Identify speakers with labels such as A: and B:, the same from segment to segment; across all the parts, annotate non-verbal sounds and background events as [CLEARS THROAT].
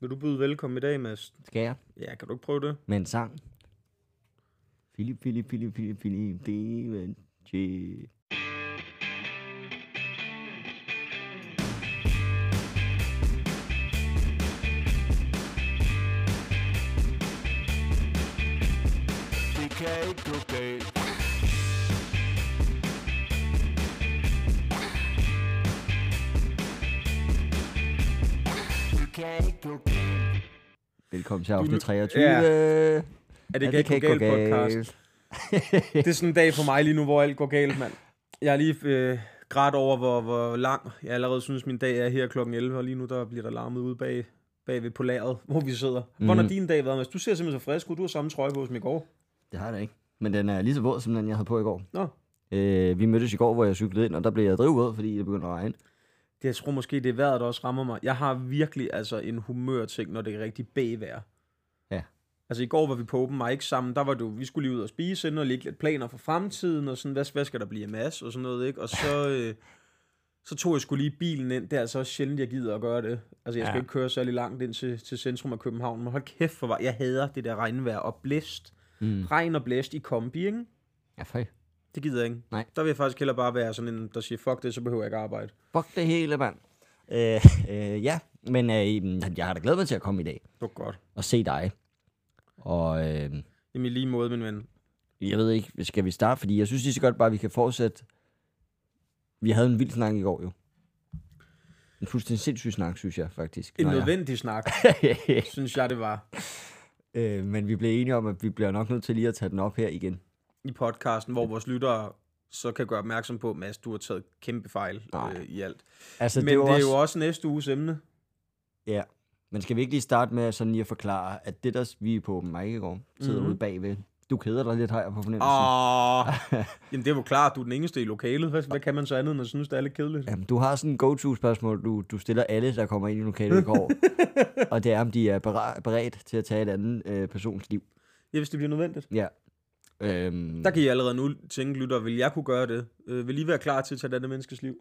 A: Vil du byde velkommen i dag, Mads?
B: Skal jeg?
A: Ja, kan du ikke prøve det?
B: Med en sang. Philip, Philip, Philip, Philip, Philip, Philip, Philip.
C: Det kan ikke gå galt. Det kan ikke gå galt.
B: Velkommen til afsnit
A: lyt-
B: 23.
A: Ja.
B: Ja,
A: Er det, ja, det kan ikke gå galt podcast? Det er sådan en dag for mig lige nu, hvor alt går galt, mand. Jeg er lige øh, grædt over, hvor, hvor lang jeg allerede synes, min dag er her klokken 11, og lige nu der bliver der larmet ude bag, bagved på lageret, hvor vi sidder. Hvordan har din dag været, Mads? Du ser simpelthen så frisk ud. Du har samme trøje på som i går.
B: Det har jeg da ikke. Men den er lige så våd, som den jeg havde på i går.
A: Nå,
B: Øh, vi mødtes i går, hvor jeg cyklede ind, og der blev jeg drivvåd, fordi det begyndte at regne.
A: det, jeg tror måske, det er vejret, der også rammer mig. Jeg har virkelig altså en humørting, når det er rigtig bagvejr.
B: Ja.
A: Altså i går var vi på open mic sammen, der var det jo, vi skulle lige ud og spise, ind og lægge lidt planer for fremtiden, og sådan, hvad, hvad skal der blive af mas, og sådan noget, ikke? Og så, øh, så tog jeg skulle lige bilen ind, det er altså også sjældent, jeg gider at gøre det. Altså jeg skal ja.
B: Ja.
A: ikke køre særlig langt ind til, til centrum af København, men hold kæft for vej, jeg hader det der regnvejr og blæst. Mm. Regn og blæst i kombi, ikke?
B: Ja, fej.
A: Det gider jeg ikke.
B: Nej.
A: Der vil jeg faktisk hellere bare være sådan en, der siger, fuck det, så behøver jeg ikke arbejde.
B: Fuck det hele, mand. Øh, øh, ja, men øh, jeg har da glædet mig til at komme i dag
A: Det var godt.
B: og se dig. Og øh,
A: Jamen i lige måde, min ven.
B: jeg ved ikke, skal vi starte? Fordi jeg synes lige så godt bare, at vi kan fortsætte. Vi havde en vild snak i går jo. En fuldstændig sindssyg snak, synes jeg faktisk.
A: En
B: Nå,
A: Nå,
B: ja.
A: nødvendig ja. [LAUGHS] snak, synes jeg, det var
B: [LAUGHS] øh, men vi blev enige om, at vi bliver nok nødt til lige at tage den op her igen.
A: i podcasten, hvor vores lyttere så kan gøre opmærksom på, Mads, du har taget kæmpe fejl
B: Nej.
A: øh, i alt.
B: Altså,
A: Så Men det, det er jo også næste uges emne.
B: Ja, men skal vi ikke lige starte med sådan lige at forklare, at det der, vi er på åben mic i går, sidder
A: Mhm.
B: mm-hmm. ude bagved. Du keder dig lidt, har jeg på fornemmelsen.
A: Ah. Åh, [LAUGHS] jamen det er jo klart, du er den eneste i lokalet. Hvad, hvad kan man så andet, end at synes, det er lidt kedeligt?
B: Jamen, du har sådan en go-to-spørgsmål, du, du stiller alle, der kommer ind i lokalet i
A: [LAUGHS]
B: går. og det er, om de er bera- beredt til at tage et andet øh, persons liv.
A: Ja, hvis det bliver nødvendigt.
B: Ja. Øhm,
A: Der kan I allerede nu tænke, lytter, vil jeg kunne gøre det? Øh, vil I være klar til at tage et andet menneskes liv?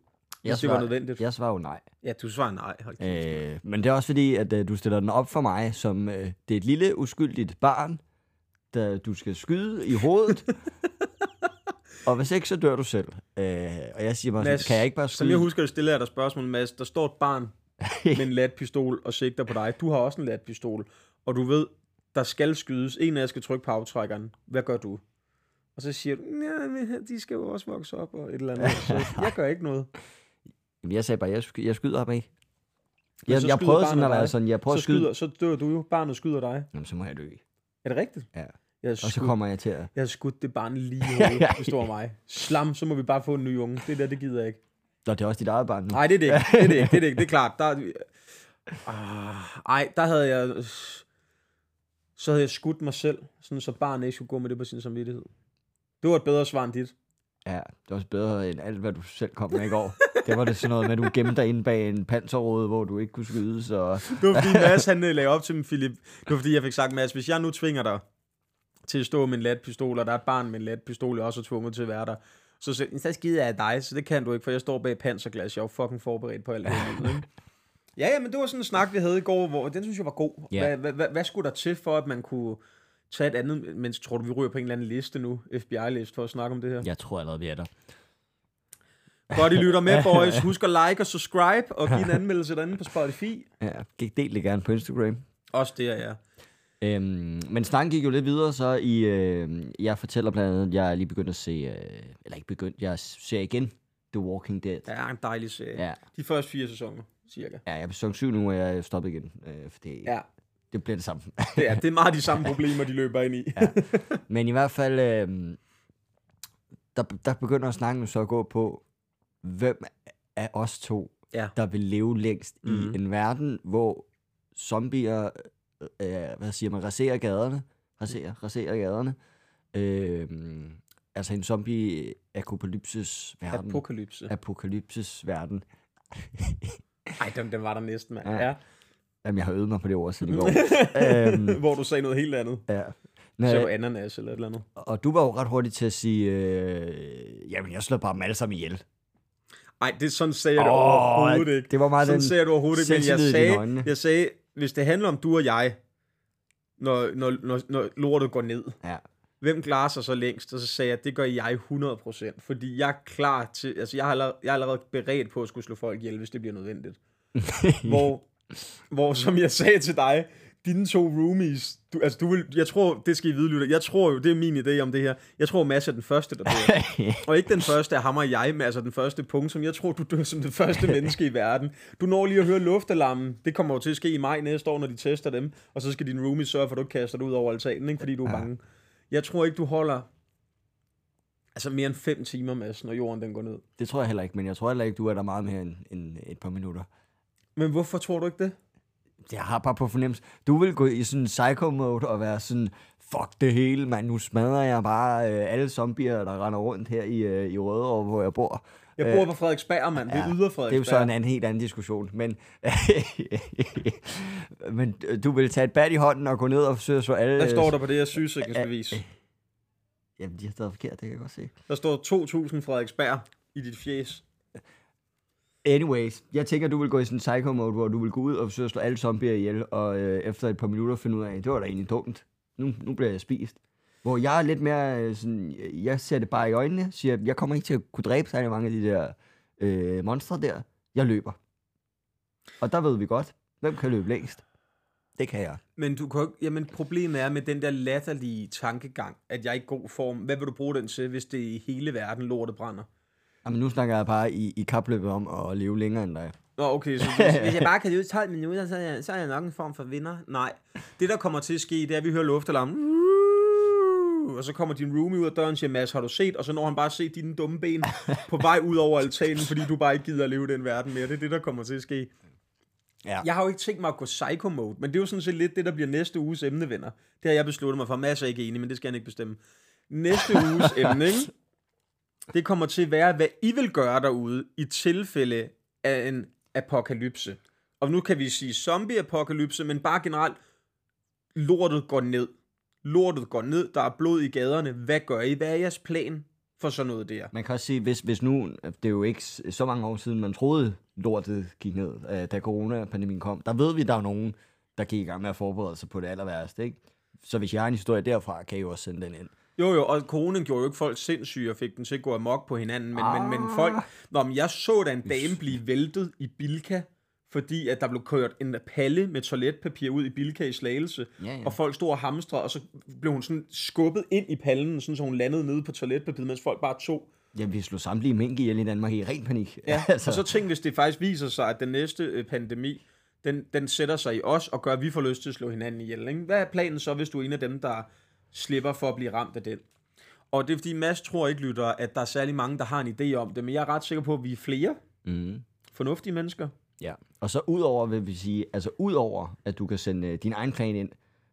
B: jeg
A: Hvis det var nødvendigt. Ja,
B: Jeg svarer jo nej.
A: ja du svarer nej. Hold kæft.
B: Øh, men det er også fordi, at øh, du stiller den op for mig, som øh, det er et lille, uskyldigt barn, der du skal skyde i hovedet.
A: [LAUGHS]
B: og hvis ikke, så dør du selv. Øh, og jeg siger bare, sådan, kan jeg ikke bare
A: Som
B: skyde?
A: jeg husker, jeg stiller jeg dig spørgsmål, Mads. Der står et
B: [LAUGHS]
A: barn med en latpistol og sigter på dig. Du har også en latpistol, og du ved, der skal skydes. En af jer skal trykke på aftrækkeren. Hvad gør du? Og så siger du, "Nja, men de skal jo også vokse op og et eller andet. Så
B: [LAUGHS]
A: jeg gør ikke noget.
B: Jamen, jeg sagde bare, jeg, sky- jeg skyder ham ikke.
A: Men
B: Jeg,
A: så
B: jeg
A: skyder
B: prøvede sådan
A: barnet
B: at være
A: dig.
B: sådan, jeg prøver
A: Så,
B: at skyde.
A: skyder, så dør du jo. Barnet skyder dig.
B: Jamen, så må jeg dø.
A: Er det rigtigt?
B: Ja.
A: Jeg har
B: Og så
A: skudt,
B: kommer jeg til at...
A: jeg har skudt det barn
B: [LAUGHS]
A: lige i hovedet, hvis det var mig. Slam, så må vi bare få en ny unge. Det der, det gider jeg ikke.
B: Nå, det er også dit eget barn nu.
A: Nej, det er det ikke. Det er det ikke. Det er, det ikke. Det er klart. Der, ah, ej, der havde jeg... Så havde jeg skudt mig selv, sådan så barnet ikke skulle gå med det på sin samvittighed. Det var et bedre svar end dit.
B: Ja, det var også bedre end alt, hvad du selv kom med i går. Det var det sådan noget med, at du gemte dig inde bag en panserråde, hvor du ikke kunne skyde, så...
A: Det var fordi Mads, han øh, lagde op til min Philip. Det var fordi, jeg fik sagt, Mads, hvis jeg nu tvinger dig til at stå med en latpistol, og der er et barn med en latpistol, jeg også er tvunget til at være der, så, så, så skider jeg dig, så det kan du ikke, for jeg står bag panserglas. Jeg er jo fucking forberedt på alt det her. ikke? Ja, ja, men det var sådan en snak, vi havde i går, hvor den synes jeg var god.
B: Ja.
A: Hvad, hvad, hvad, hvad skulle der til for, at man kunne tage et andet, mens tror du, vi ryger på en eller anden liste nu, FBI-liste, for at snakke om det her?
B: Jeg tror allerede, vi er der.
A: Godt, I lytter med, boys. Husk at like og subscribe, og give en anmeldelse derinde på Spotify.
B: Ja, gik- del det gerne på Instagram.
A: Også det, ja.
B: Øhm, men snakken gik jo lidt videre, så i... Øh, jeg fortæller blandt andet, at jeg er lige begyndt at se... Øh, eller ikke begyndt, jeg ser igen The Walking Dead.
A: Det er en dejlig serie.
B: Ja,
A: De første fire sæsoner, cirka.
B: ja jeg er på sæson 7 nu, og jeg er stoppet igen, øh, for det,
A: Ja,
B: det bliver det samme.
A: det er, det er meget de
B: [LAUGHS]
A: samme problemer, de løber ind i. Ja.
B: Men i hvert fald, øh, der, der begynder snakken jo så at gå på, hvem af os to,
A: Ja.
B: der vil leve længst mm.
A: Mhm.
B: i en verden, hvor zombier, øh, hvad siger man, raserer gaderne, raserer, raserer gaderne. Øh, altså en zombie-apokalypses verden.
A: Apokalypse.
B: apokalypses verden.
A: Ej, den, den var der næsten, mand.
B: Ja.
A: Ja.
B: Jamen, jeg har øvet mig på det ord siden
A: [LAUGHS]
B: i går. øhm,
A: Hvor du sagde noget helt andet.
B: ja.
A: Ja.
B: Men,
A: Så ananas eller et eller andet.
B: og du var jo ret hurtig til at sige, øh, jamen, jeg slår bare dem alle sammen ihjel.
A: Ej, det, sådan sagde jeg det
B: Åh,
A: overhovedet ikke.
B: det var meget
A: sådan
B: den
A: sagde jeg det overhovedet ikke, men jeg
B: selvtillid i dine
A: sagde,
B: øjne.
A: jeg sagde, hvis det handler om du og jeg, når, når, når, når lortet går ned,
B: Ja.
A: hvem klarer sig så længst? Og så sagde jeg, det gør jeg 100%, fordi jeg er klar til, altså jeg er allerede, jeg er allerede beredt på at skulle slå folk ihjel, hvis det bliver nødvendigt. hvor, hvor, som jeg sagde til dig, dine to roomies, du, altså du vil, jeg tror, det skal I vide, lytter, jeg tror jo, det er min idé om det her, jeg tror Mads er den første, der dør. og ikke den første af ham og jeg, men altså den første punkt, som jeg tror, du dør som det første menneske i verden. Du når lige at høre luftalarmen, det kommer jo til at ske i maj næste år, når de tester dem, og så skal dine roomies sørge for, at du ikke kaster dig ud over altanen, ikke, fordi du er bange. Jeg tror ikke, du holder altså mere end 5 timer, Mads, når jorden den går ned.
B: Det tror jeg heller ikke, men jeg tror heller ikke, du er der meget mere end, end et par minutter.
A: Men hvorfor tror du ikke det?
B: Jeg har bare på fornemmelse. Du vil gå i sådan psycho-mode og være sådan, fuck det hele, mand, nu smadrer jeg bare øh, alle zombier, der render rundt her i, øh, i Rødovre, hvor jeg bor.
A: Jeg bor på Frederiksberg, mand. Øh, Det er yder Frederiksberg.
B: det er jo så en anden, helt anden diskussion, men, [LAUGHS] men du vil tage et bat i hånden og gå ned og forsøge at slå alle...
A: Hvad står der på det her sygesikringsbevis?
B: Jamen, de har stadig forkert, det kan jeg godt se.
A: Der står 2.000 Frederiksberg i dit fjes.
B: Anyways, jeg tænker, du vil gå i sådan en psycho-mode, hvor du vil gå ud og forsøge at slå alle zombier ihjel, og øh, efter et par minutter finde ud af, det var da egentlig dumt. Nu, nu bliver jeg spist. Hvor jeg er lidt mere øh, sådan, jeg ser det bare i øjnene, siger, jeg kommer ikke til at kunne dræbe særlig mange af de der øh, monstre der. Jeg løber. Og der ved vi godt, hvem kan løbe længst. Det kan jeg.
A: Men du kan jo ikke, jamen problemet er med den der latterlige tankegang, at jeg er i god form. Hvad vil du bruge den til, hvis det i hele verden lortet brænder?
B: Jamen, nu snakker jeg bare i, i kapløbet om at leve længere end dig.
A: Nå, okay, så hvis, hvis jeg bare kan leve 12 minutter, så er, jeg, så er jeg nok en form for vinder. Nej, det der kommer til at ske, det er, at vi hører luftalarmen. Og så kommer din roomie ud af døren og siger, Mads, har du set? Og så når han bare set dine dumme ben på vej ud over altanen, fordi du bare ikke gider at leve den verden mere. Det er det, der kommer til at ske.
B: Ja.
A: Jeg har jo ikke tænkt mig at gå psycho-mode, men det er jo sådan set lidt det, der bliver næste uges emne, venner. Det har jeg besluttet mig for. Mads er ikke enig, men det skal han ikke bestemme. Næste uges emne, ikke? det kommer til at være, hvad I vil gøre derude i tilfælde af en apokalypse. Og nu kan vi sige zombie-apokalypse, men bare generelt, lortet går ned. Lortet går ned, der er blod i gaderne. Hvad gør I? Hvad er jeres plan for sådan noget der?
B: Man kan også sige, hvis, hvis nu, det er jo ikke s- så mange år siden, man troede, lortet gik ned, øh, da coronapandemien kom. Der ved vi, der er nogen, der gik i gang med at forberede sig på det aller værste, ikke? Så hvis jeg har en historie derfra, kan I jo også sende den ind.
A: Jo, jo, og coronaen gjorde jo ikke folk sindssyge og fik den til at gå amok på hinanden, men, ah. men, men folk... Nå, men jeg så da en dame blive væltet i Bilka, fordi at der blev kørt en palle med toiletpapir ud i Bilka i Slagelse,
B: Ja, ja.
A: og folk stod og hamstrede, og så blev hun sådan skubbet ind i pallen, sådan så hun landede nede på toiletpapiret, mens folk bare tog.
B: Jamen, vi slog samtlige mink ihjel i Danmark i ren panik. [LAUGHS]
A: Ja, altså. Og så tænk, hvis det faktisk viser sig, at den næste øh, pandemi, den, den sætter sig i os og gør, at vi får lyst til at slå hinanden ihjel. Ikke? Hvad er planen så, hvis du er en af dem, der slipper for at blive ramt af den? Og det er fordi, Mads tror ikke, lytter, at der er særlig mange, der har en idé om det, men jeg er ret sikker på, at vi er flere
B: Mm.
A: fornuftige mennesker.
B: Ja, og så udover, vil vi sige, altså udover, at du kan sende øh, din egen plan ind,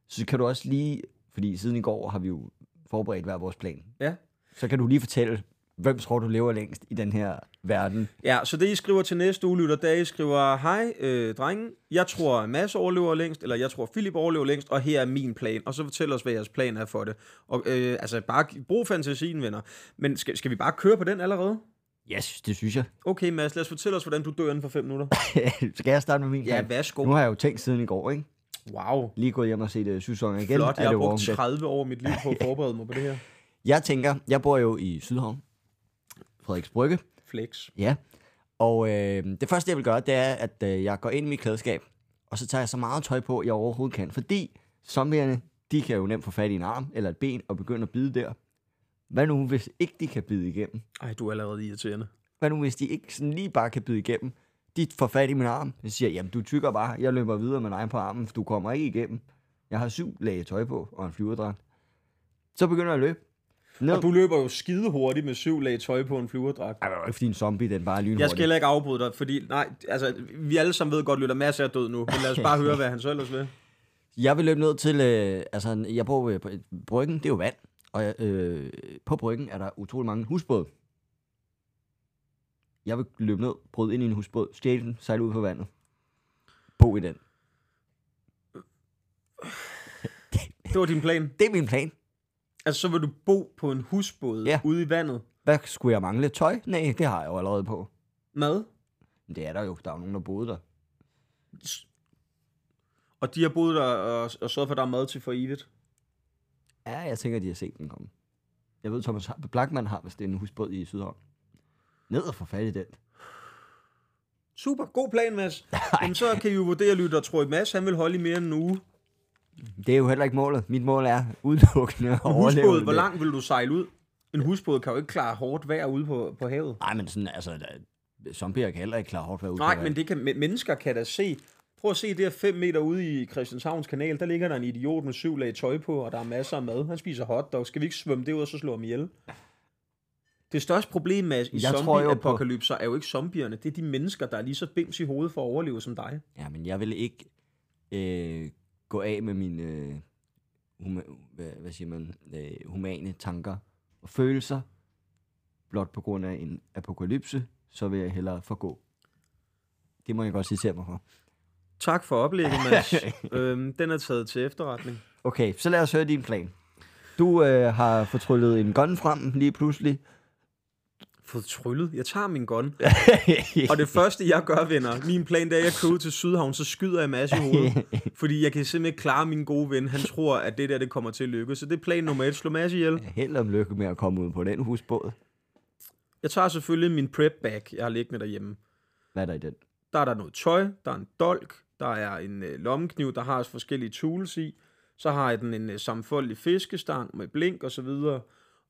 B: så kan du også lige, fordi siden i går har vi jo forberedt hver vores plan,
A: Ja.
B: så kan du lige fortælle, hvem tror du lever længst i den her verden?
A: Ja, så det I skriver til næste uge, lytter, der I skriver, hej øh, drenge, jeg tror Mads overlever længst, eller jeg tror Philip overlever længst, og her er min plan, og så fortæl os, hvad jeres plan er for det. Og øh, altså, bare brug fantasien, venner. Men skal, skal vi bare køre på den allerede?
B: Yes, det synes jeg.
A: Okay, Mads, lad os fortælle os, hvordan du dør inden for 5 minutter.
B: [LAUGHS] Skal jeg starte med min
A: ja,
B: plan?
A: værsgo.
B: Nu har jeg jo tænkt siden i går, ikke?
A: Wow.
B: Lige gået hjem og set uh, sæsonen igen.
A: Flot,
B: af
A: jeg har
B: The
A: brugt
B: Walking Dead.
A: 30 år af mit liv på at forberede mig på det her.
B: Jeg tænker, jeg bor jo i Sydhavn, Frederiks Brygge.
A: Flex.
B: Ja. Og øh, det første, jeg vil gøre, det er, at øh, jeg går ind i mit klædeskab, og så tager jeg så meget tøj på, jeg overhovedet kan. Fordi zombierne, de kan jo nemt få fat i en arm eller et ben og begynde at bide der. Hvad nu, hvis ikke de kan bide igennem?
A: Ej, du er allerede irriterende.
B: Hvad nu, hvis de ikke sådan lige bare kan bide igennem? De får fat i min arm. Jeg siger, jamen du tykker bare. Jeg løber videre med dig på armen, for du kommer ikke igennem. Jeg har syv lag tøj på og en flyverdragt. Så begynder jeg at løbe. Ned.
A: Og du løber jo skide hurtigt med syv lag tøj på en flyverdragt.
B: Ej, det var ikke fordi en zombie, den bare er lynhurtig.
A: Jeg skal heller ikke afbryde dig, fordi nej, altså, vi alle sammen ved godt, lytter masser er død nu, men lad os
B: [LAUGHS]
A: bare høre, hvad han så ellers vil.
B: Jeg vil løbe ned til, øh, altså jeg bor øh, på bryggen, det er jo vand, og jeg, øh, på bryggen er der utrolig mange husbåde. Jeg vil løbe ned, bryde ind i en husbåd, stjæle den, sejle ud på vandet. Bo i den.
A: Det var din plan.
B: Det er min plan.
A: Altså, så vil du bo på en husbåd
B: Ja.
A: ude i vandet.
B: Hvad skulle jeg mangle? Tøj? Nej, det har jeg jo allerede på.
A: Mad.
B: Men det er der jo. Der er jo nogen, der boede der.
A: Og de har boet der og, og sørget for, at der er mad til for evigt.
B: Ja, jeg tænker, de har set den komme. Jeg ved, Thomas Blackman har, hvis det er en husbåd i Sydhavn. Ned og få fat i den.
A: Super, god plan,
B: [LAUGHS]
A: Mads. Jamen, så kan I jo vurdere, lytter, tror I, Mads, han vil holde i mere end en uge.
B: Det er jo heller ikke målet. Mit mål er udelukkende at
A: En
B: overleve.
A: husbåd,
B: det.
A: hvor langt vil du sejle ud? En husbåd kan jo ikke klare hårdt vejr ude på, på havet.
B: Nej, men sådan, altså, der- zombier kan heller ikke klare hårdt være ude.
A: Nej, men det kan, men- mennesker kan da se. Prøv at se der 5 meter ude i Christianshavns kanal, der ligger der en idiot med syv lag tøj på, og der er masser af mad. Han spiser hotdog. Skal vi ikke svømme det ud og så slå ham ihjel? Det største problem med i
B: Jeg tror jo på-
A: zombie-apokalypser er jo ikke zombierne. Det er de mennesker, der er lige så bims i hovedet for at overleve som dig.
B: Ja, men jeg vil ikke øh, gå af med mine, øh, huma, hvad, hvad siger man, øh, humane tanker og følelser, blot på grund af en apokalypse, så vil jeg hellere forgå. Det må jeg godt citere mig for.
A: Tak for oplægget,
B: [LAUGHS]
A: Mads. øhm, den er taget til efterretning.
B: Okay, så lad os høre din plan. Du øh, har fortryllet en gun frem lige [LAUGHS] pludselig.
A: Fået tryllet. Jeg tager min gun. Og det første, jeg gør, venner, min plan, det er, at jeg kører ud til Sydhavn, så skyder jeg masse i hovedet. Fordi jeg kan simpelthen ikke klare min gode ven. Han tror, at det der, det kommer til at lykkes. Så det er plan nummer et. Slå masse ihjel.
B: Held om lykke med at komme ud på den husbåd.
A: Jeg tager selvfølgelig min prep bag, jeg har liggende derhjemme.
B: Hvad er der i den?
A: Der er der noget tøj, der er en dolk, der er en øh, lommekniv, der har også forskellige tools i. Så har jeg den en øh, sammenfoldig fiskestang med blink og så videre.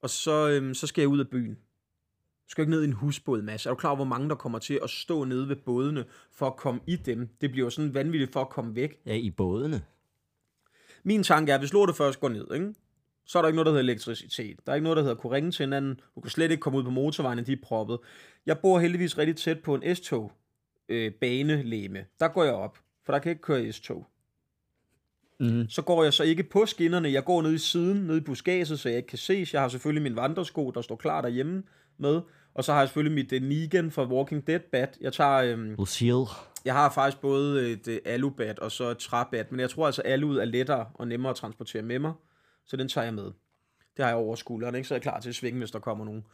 A: Og så, øhm, så skal jeg ud af byen. Du skal ikke ned i en husbåd, Mads. Er du klar over, hvor mange der kommer til at stå nede ved bådene for at komme i dem? Det bliver jo sådan vanvittigt for at komme væk.
B: Ja, i bådene.
A: Min tanke er, hvis lortet først går ned, ikke? så er der ikke noget, der hedder elektricitet. Der er ikke noget, der hedder kunne ringe til hinanden. Du kan slet ikke komme ud på motorvejen, de er proppet. Jeg bor heldigvis rigtig tæt på en S-tog øh, banelæme. Der går jeg op, for der kan ikke køre S-tog.
B: Mhm.
A: Så går jeg så ikke på skinnerne. Jeg går ned i siden, ned i buskaget, så jeg ikke kan ses. Jeg har selvfølgelig min vandresko, der står klar derhjemme med. Og så har jeg selvfølgelig mit øh, Negan fra Walking Dead bat. Jeg tager... øhm,
B: Lucille.
A: jeg har faktisk både et øh, alubat og så et træbat, men jeg tror altså, at aluet er lettere og nemmere at transportere med mig, så den tager jeg med. Det har jeg over skulderen, ikke? så er jeg klar til at svinge, hvis der kommer nogen.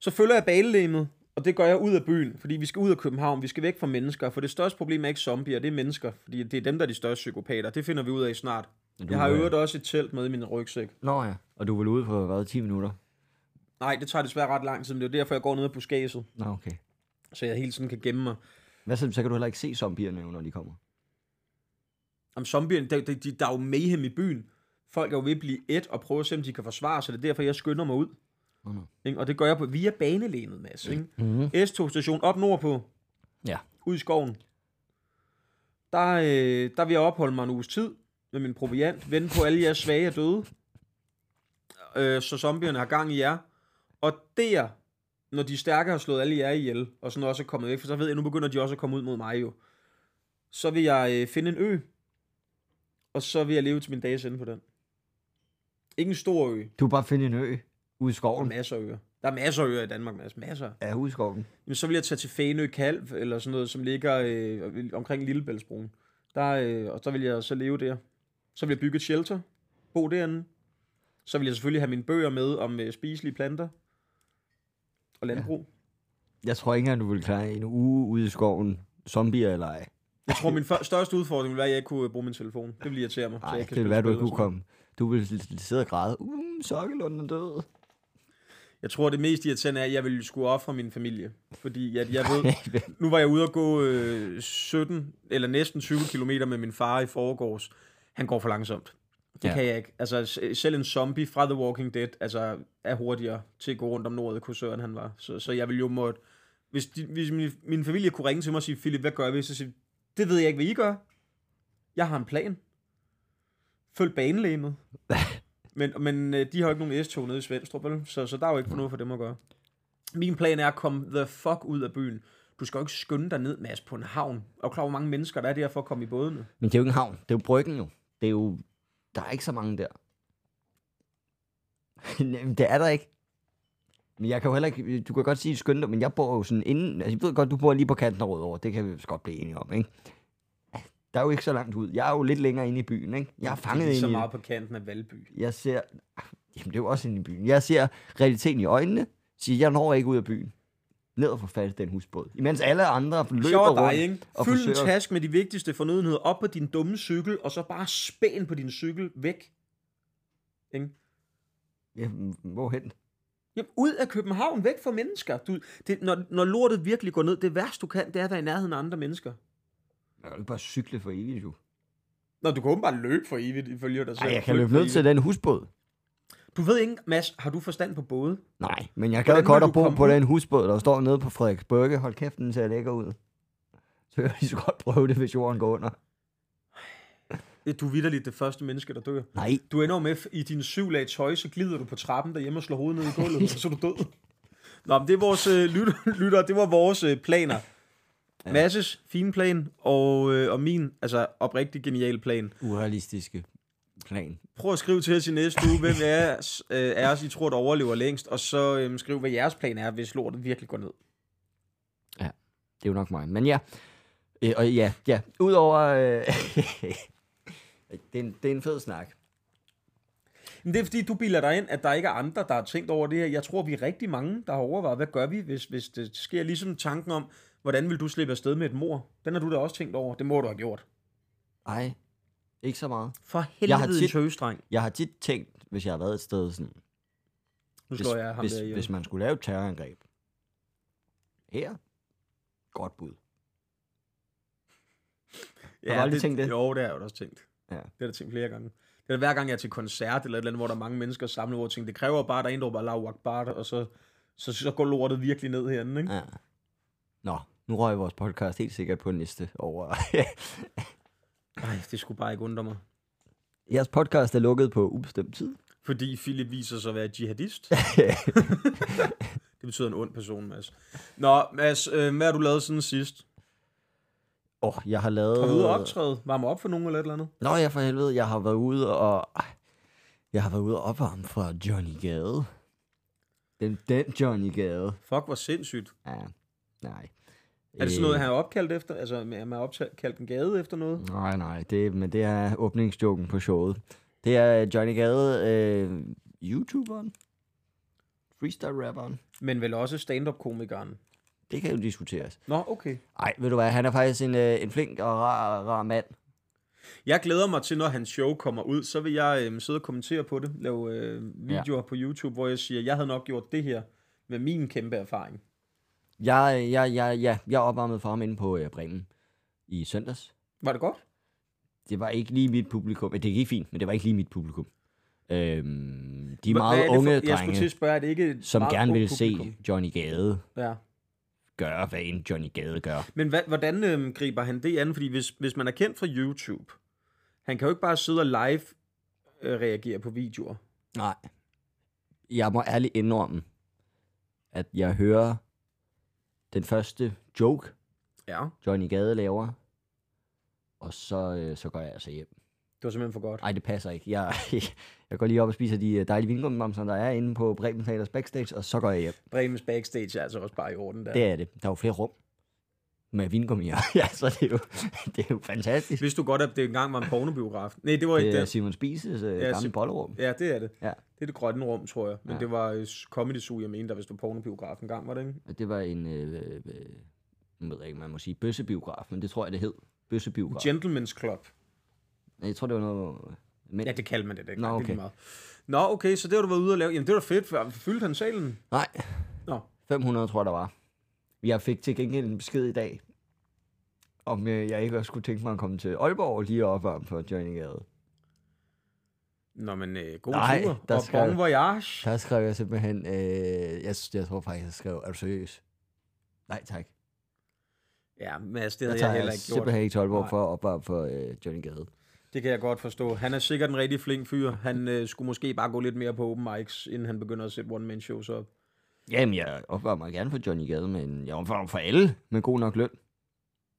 A: Så følger jeg banelæmet, og det gør jeg ud af byen, fordi vi skal ud af København, vi skal væk fra mennesker, for det største problem er ikke zombier, det er mennesker, fordi det er dem, der er de største psykopater, det finder vi ud af snart.
B: Men du,
A: Jeg har i
B: øh,
A: øvrigt også et telt med i min rygsæk.
B: Nå ja. Og du vil ude for, hvad, 10 minutter?
A: Nej, det tager desværre ret lang tid, men det er jo derfor, jeg går ned ad buskaget,
B: Nå, okay.
A: så jeg hele tiden kan gemme mig.
B: Hvad så, så kan du heller ikke se zombierne, jo, når de kommer.
A: Om zombierne, der, der, de- der er jo mayhem i byen. Folk er jo ved at blive et og prøve at se, om de kan forsvare sig. Det er derfor, jeg skynder mig ud.
B: Nå, nå.
A: Ikke? Og det gør jeg på via banelænet, Mads. Ikke?
B: Mm-hmm.
A: S-togstation op nordpå,
B: Ja.
A: ud i skoven. Der, øh, der vil jeg opholde mig en uges tid med min proviant, vente på alle jeres svage og døde, øh, så zombierne har gang i jer. Og der, når de stærke har slået alle jer ihjel, og sådan også er kommet væk, for så ved jeg, nu begynder de også at komme ud mod mig jo, så vil jeg øh, finde en ø, og så vil jeg leve til min dages ende på den. Ikke en stor ø,
B: Du kan bare finde en ø ude i skoven.
A: masser af øer. Der er masser af øer i Danmark, Mads, masser.
B: Ja, ude i skoven.
A: Jamen, så vil jeg tage til Fanø Kalv, eller sådan noget, som ligger øh, omkring Lillebæltsbroen. Der, øh, og så vil jeg så leve der. Så vil jeg bygge et shelter, bo derinde. Så vil jeg selvfølgelig have mine bøger med om øh, spiselige planter og landbrug. Ja.
B: Jeg tror ikke engang, du vil klare en uge ude i skoven. Zombier eller ej.
A: Jeg tror, min før- største udfordring vil være, at jeg ikke kunne øh, bruge min telefon. Det vil irritere mig.
B: Nej,
A: jeg
B: det vil
A: spille
B: være, du
A: spil
B: ikke
A: og
B: kunne
A: sådan noget.
B: komme. Du vil s- sidde og græde. Uh, Sokkelund er død.
A: Jeg tror, det mest irriterende er, at jeg ville skulle ofre min familie. Fordi at jeg ved, nu var jeg ude at gå øh, 17, eller næsten 20 km med min far i forgårs. Han går for langsomt. Det
B: Ja.
A: ja. kan jeg ikke. Altså, s- selv en zombie fra The Walking Dead altså, er hurtigere til at gå rundt om nordet, kunne Søren han var. Så, så jeg ville jo måtte... Hvis, de, hvis min, min familie kunne ringe til mig og sige, Philip, hvad gør vi? Så siger jeg, det ved jeg ikke, hvad I gør. Jeg har en plan. Følg banelæmet. men, men øh, de har jo ikke nogen S-tog nede i Svendstrup, vel? Så, så der er jo ikke noget for dem at gøre. Min plan er at komme the fuck ud af byen. Du skal jo ikke skynde dig ned, Mads, på en havn. Og klar, hvor mange mennesker der er der for at komme i bådene.
B: Men det er jo ikke en havn. Det er jo bryggen jo. Det er jo... Der er ikke så mange der. [LAUGHS] Jamen, det er der ikke. Men jeg kan jo heller ikke... Du kan godt sige, skynd dig, men jeg bor jo sådan inden... Altså, jeg ved godt, du bor lige på kanten af Rødovre. Det kan vi vist godt blive enige om, ikke? Der er jo ikke så langt ud. Jeg er jo lidt længere inde i byen, ikke? Jeg er
A: Det
B: fanget
A: er
B: ind
A: så
B: i... det.
A: meget på kanten af Valby.
B: Jeg ser... Jamen, det er jo også inde i byen. Jeg ser realiteten i øjnene, siger, jeg når ikke ud af byen. ned og få fat i den husbåd. Imens alle andre løber
A: Sjov dig,
B: rundt
A: ikke?
B: og
A: Fyld en
B: forsøger...
A: task med de vigtigste fornødenheder op på din dumme cykel, og så bare spæn på din cykel væk. Ikke?
B: Jamen, hvorhen?
A: Jamen, ud af København, væk fra mennesker. Du, det, når, når lortet virkelig går ned, det værste du kan, det er at være i nærheden af andre mennesker.
B: Jeg kan jo ikke bare cykle for evigt, jo.
A: Nå, du kan åbenbart løbe for evigt, ifølge dig selv.
B: Ej, jeg kan
A: Flygte
B: løbe
A: for
B: ned til
A: evigt.
B: den husbåd.
A: Du ved ikke, Mads, har du forstand på både?
B: Nej, men jeg
A: Hvordan
B: gad
A: vil
B: godt
A: du
B: at bo
A: komme
B: på
A: ud?
B: den husbåd, der står nede på Frederiksbørge. Hold kæft, den ser lækker ud. Så kan jeg lige så godt prøve det, hvis jorden går under.
A: Du er vidderligt det første menneske, der dør.
B: Nej,
A: Du ender jo med, f- i din syv lag tøj, så glider du på trappen derhjemme og slår hovedet ned i gulvet, og så er du død. Nå, men det er vores øh, lyt- lytter, [LAUGHS] det var vores øh, planer. Ja. Masses fine plan, og, øh, og min, altså oprigtig genial plan.
B: urealistiske plan.
A: Prøv at skrive til os i næste uge, hvem af os, øh, af os I tror, der overlever længst, og så øh, skriv, hvad jeres plan er, hvis lortet virkelig går ned.
B: Det er jo nok mig. Men ja, øh, og ja, ja. Udover... Øh, [LAUGHS] det, er en, det er en fed snak.
A: Men det er fordi, du bilder dig ind, at der ikke er andre, der har tænkt over det her. Jeg tror, vi er rigtig mange, der har overvejet, hvad gør vi, hvis, hvis det sker? Ligesom tanken om, hvordan vil du slippe afsted med et mor? Den har du da også tænkt over. Det må du have gjort.
B: Ej, ikke så meget.
A: For
B: Jeg har
A: helvede, tit...
B: tit-
A: tøgestreng.
B: Jeg har tit tænkt, hvis jeg har været et sted sådan...
A: Nu
B: Hvis,
A: slår jeg ham
B: hvis,
A: der ihjel.
B: hvis man skulle lave et terrorangreb. Her. Godt bud. har du aldrig tænkt det?
A: Jo, det har jeg jo også tænkt.
B: Ja.
A: Det har jeg da tænkt flere gange. Det er da hver gang, jeg er til koncert eller et eller andet, hvor der er mange mennesker samlet, hvor jeg tænker, det kræver bare, at der er en, der råber Allahu Akbar, og så, så, så går lortet virkelig ned herinde, ikke?
B: Ja. Nå, nu røg vores podcast helt sikkert på en liste over... [LAUGHS]
A: Nej, det skulle bare ikke undre mig.
B: Jeres podcast er lukket på ubestemt tid.
A: Fordi Philip viser sig at være jihadist. Det betyder en ond person, Mads. Nå, Mads, øh, hvad har du lavet siden sidst?
B: Åh, oh, jeg har lavet...
A: Har du ude og optræde? Varme op for nogen eller et eller andet?
B: Nå, jeg for helvede, jeg har været ude og... Jeg har været ude og opvarme fra Johnny Gade. Den, den Johnny Gade.
A: Fuck, hvor sindssygt.
B: Ja, nej.
A: Er det sådan
B: Øh.
A: noget, han er opkaldt efter? Altså, er man opkaldt en gade efter noget?
B: Nej, nej, det, men det er åbningsjoken på showet. Det er Johnny Gade, øh, YouTuberen, freestyle-rapperen.
A: Men vel også stand-up-komikeren.
B: Det kan jo diskuteres.
A: Nå, okay.
B: Nej, ved du hvad, han er faktisk en, øh, en flink og rar, rar mand.
A: Jeg glæder mig til, når hans show kommer ud, så vil jeg øh, sidde og kommentere på det, lave øh, videoer ja. på YouTube, hvor jeg siger, jeg havde nok gjort det her med min kæmpe erfaring.
B: Jeg, jeg, jeg, ja, jeg opvarmede for ham inde på øh, Bremen i søndags.
A: Var det godt?
B: det var ikke lige mit publikum. Det gik fint, men det var ikke lige mit publikum. Øhm, de
A: Hva-
B: meget
A: hvad er det
B: unge
A: for, Jeg skulle til
B: drenge,
A: at spørge, er det ikke et
B: som
A: meget
B: gerne
A: ungt
B: ville se
A: publikum?
B: Johnny Gade
A: Ja.
B: gøre, hvad en Johnny Gade gør.
A: Men hva, hvordan øh, griber han det an? Fordi hvis, hvis man er kendt fra YouTube, han kan jo ikke bare sidde og live øh, reagere på videoer.
B: Nej. Jeg må ærligt indrømme, at jeg hører den første joke,
A: Ja,
B: Johnny Gade laver, og så, øh, så går jeg altså hjem.
A: det var simpelthen for godt.
B: Nej, det passer ikke. Jeg, [LAUGHS] jeg går lige op og spiser de øh, dejlige vingummibamser, der er inde på Bremen Teaters backstage, og så går jeg hjem.
A: Bremens backstage er altså også bare i orden der.
B: Det er det. Der er jo flere rum med vingummier. [LAUGHS] ja, så det er jo, det er jo fantastisk.
A: Hvis du godt, at det engang var en pornobiograf. Nej, det var ikke
B: Det er
A: det.
B: Simon Spises øh,
A: Ja,
B: gamle
A: Sim-
B: bollerum.
A: Ja, det er det.
B: Ja.
A: Det er det grønne rum, tror jeg. Men
B: Ja.
A: ja. det var øh, Comedy Zoo, jeg mente, der hvis du pornobiograf en gang, var det ikke?
B: Og Det var en, øh, øh, øh, nu ved jeg ikke, man må sige bøssebiograf, men det tror jeg, det hed. Bøssebiograf.
A: Gentleman's Club.
B: Jeg tror, det var noget... Men,
A: Ja, det kaldte man det dengang.
B: Nå,
A: Det er
B: okay.
A: lige meget. Nå, okay, så det har du været ude og lave. Jamen, det var da fedt. for- Fyldte han salen?
B: Nej,
A: Nå,
B: 500 tror jeg, der var. Jeg fik til gengæld en besked i dag, om øh, jeg ikke også skulle tænke mig at komme til Aalborg lige op om for Johnny Gade.
A: Nå men øh, god
B: Nej,
A: tur.
B: der
A: og
B: skal-
A: bon voyage.
B: Der skrev jeg simpelthen, øh, jeg, jeg tror faktisk, jeg skrev, er du seriøs? Nej, tak.
A: Ja, Mads, det
B: Jeg
A: havde
B: tager
A: jeg
B: jeg
A: heller ikke gjort.
B: simpelthen ikke til Aalborg
A: Nej.
B: for at opvarme for øh, Johnny Gade.
A: Det kan jeg godt forstå. Han er sikkert en rigtig flink fyr. Han øh, skulle måske bare gå lidt mere på open mics, inden han begynder at sætte one-man-shows op.
B: Jamen, jeg opvarmer gerne for Johnny Gade, men jeg opvarmer for alle med god nok løn.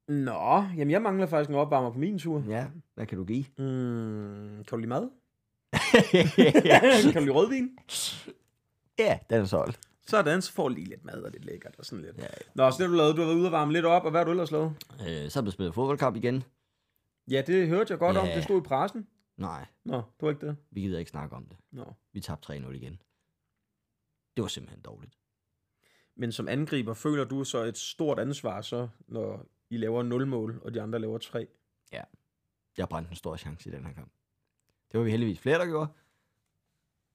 A: Nå, jamen jeg mangler faktisk en opvarmer på min tur.
B: Ja, hvad kan du [LAUGHS] give?
A: Mm, kan du lide mad? [LAUGHS] kan du lide rødvin?
B: ja, den er solgt.
A: Sådan, så får du lige lidt mad og lidt lækkert og sådan lidt.
B: Ja.
A: Nå, så det har du lavet. Du har været ude og varme lidt op, og hvad har du ellers lavet?
B: Øh, så er der spillet fodboldkamp igen.
A: Ja, det hørte jeg godt om.
B: Ja.
A: Det stod i pressen.
B: Nej,
A: Nå, du har ikke det?
B: vi gider ikke snakke om det.
A: Nå.
B: Vi tabte 3-0 igen. Det var simpelthen dårligt.
A: Men som angriber føler du så et stort ansvar, så, når I laver 0 mål, og de andre laver 3.
B: Jeg brændte en stor chance i den her kamp. Det var vi heldigvis flere, der gjorde.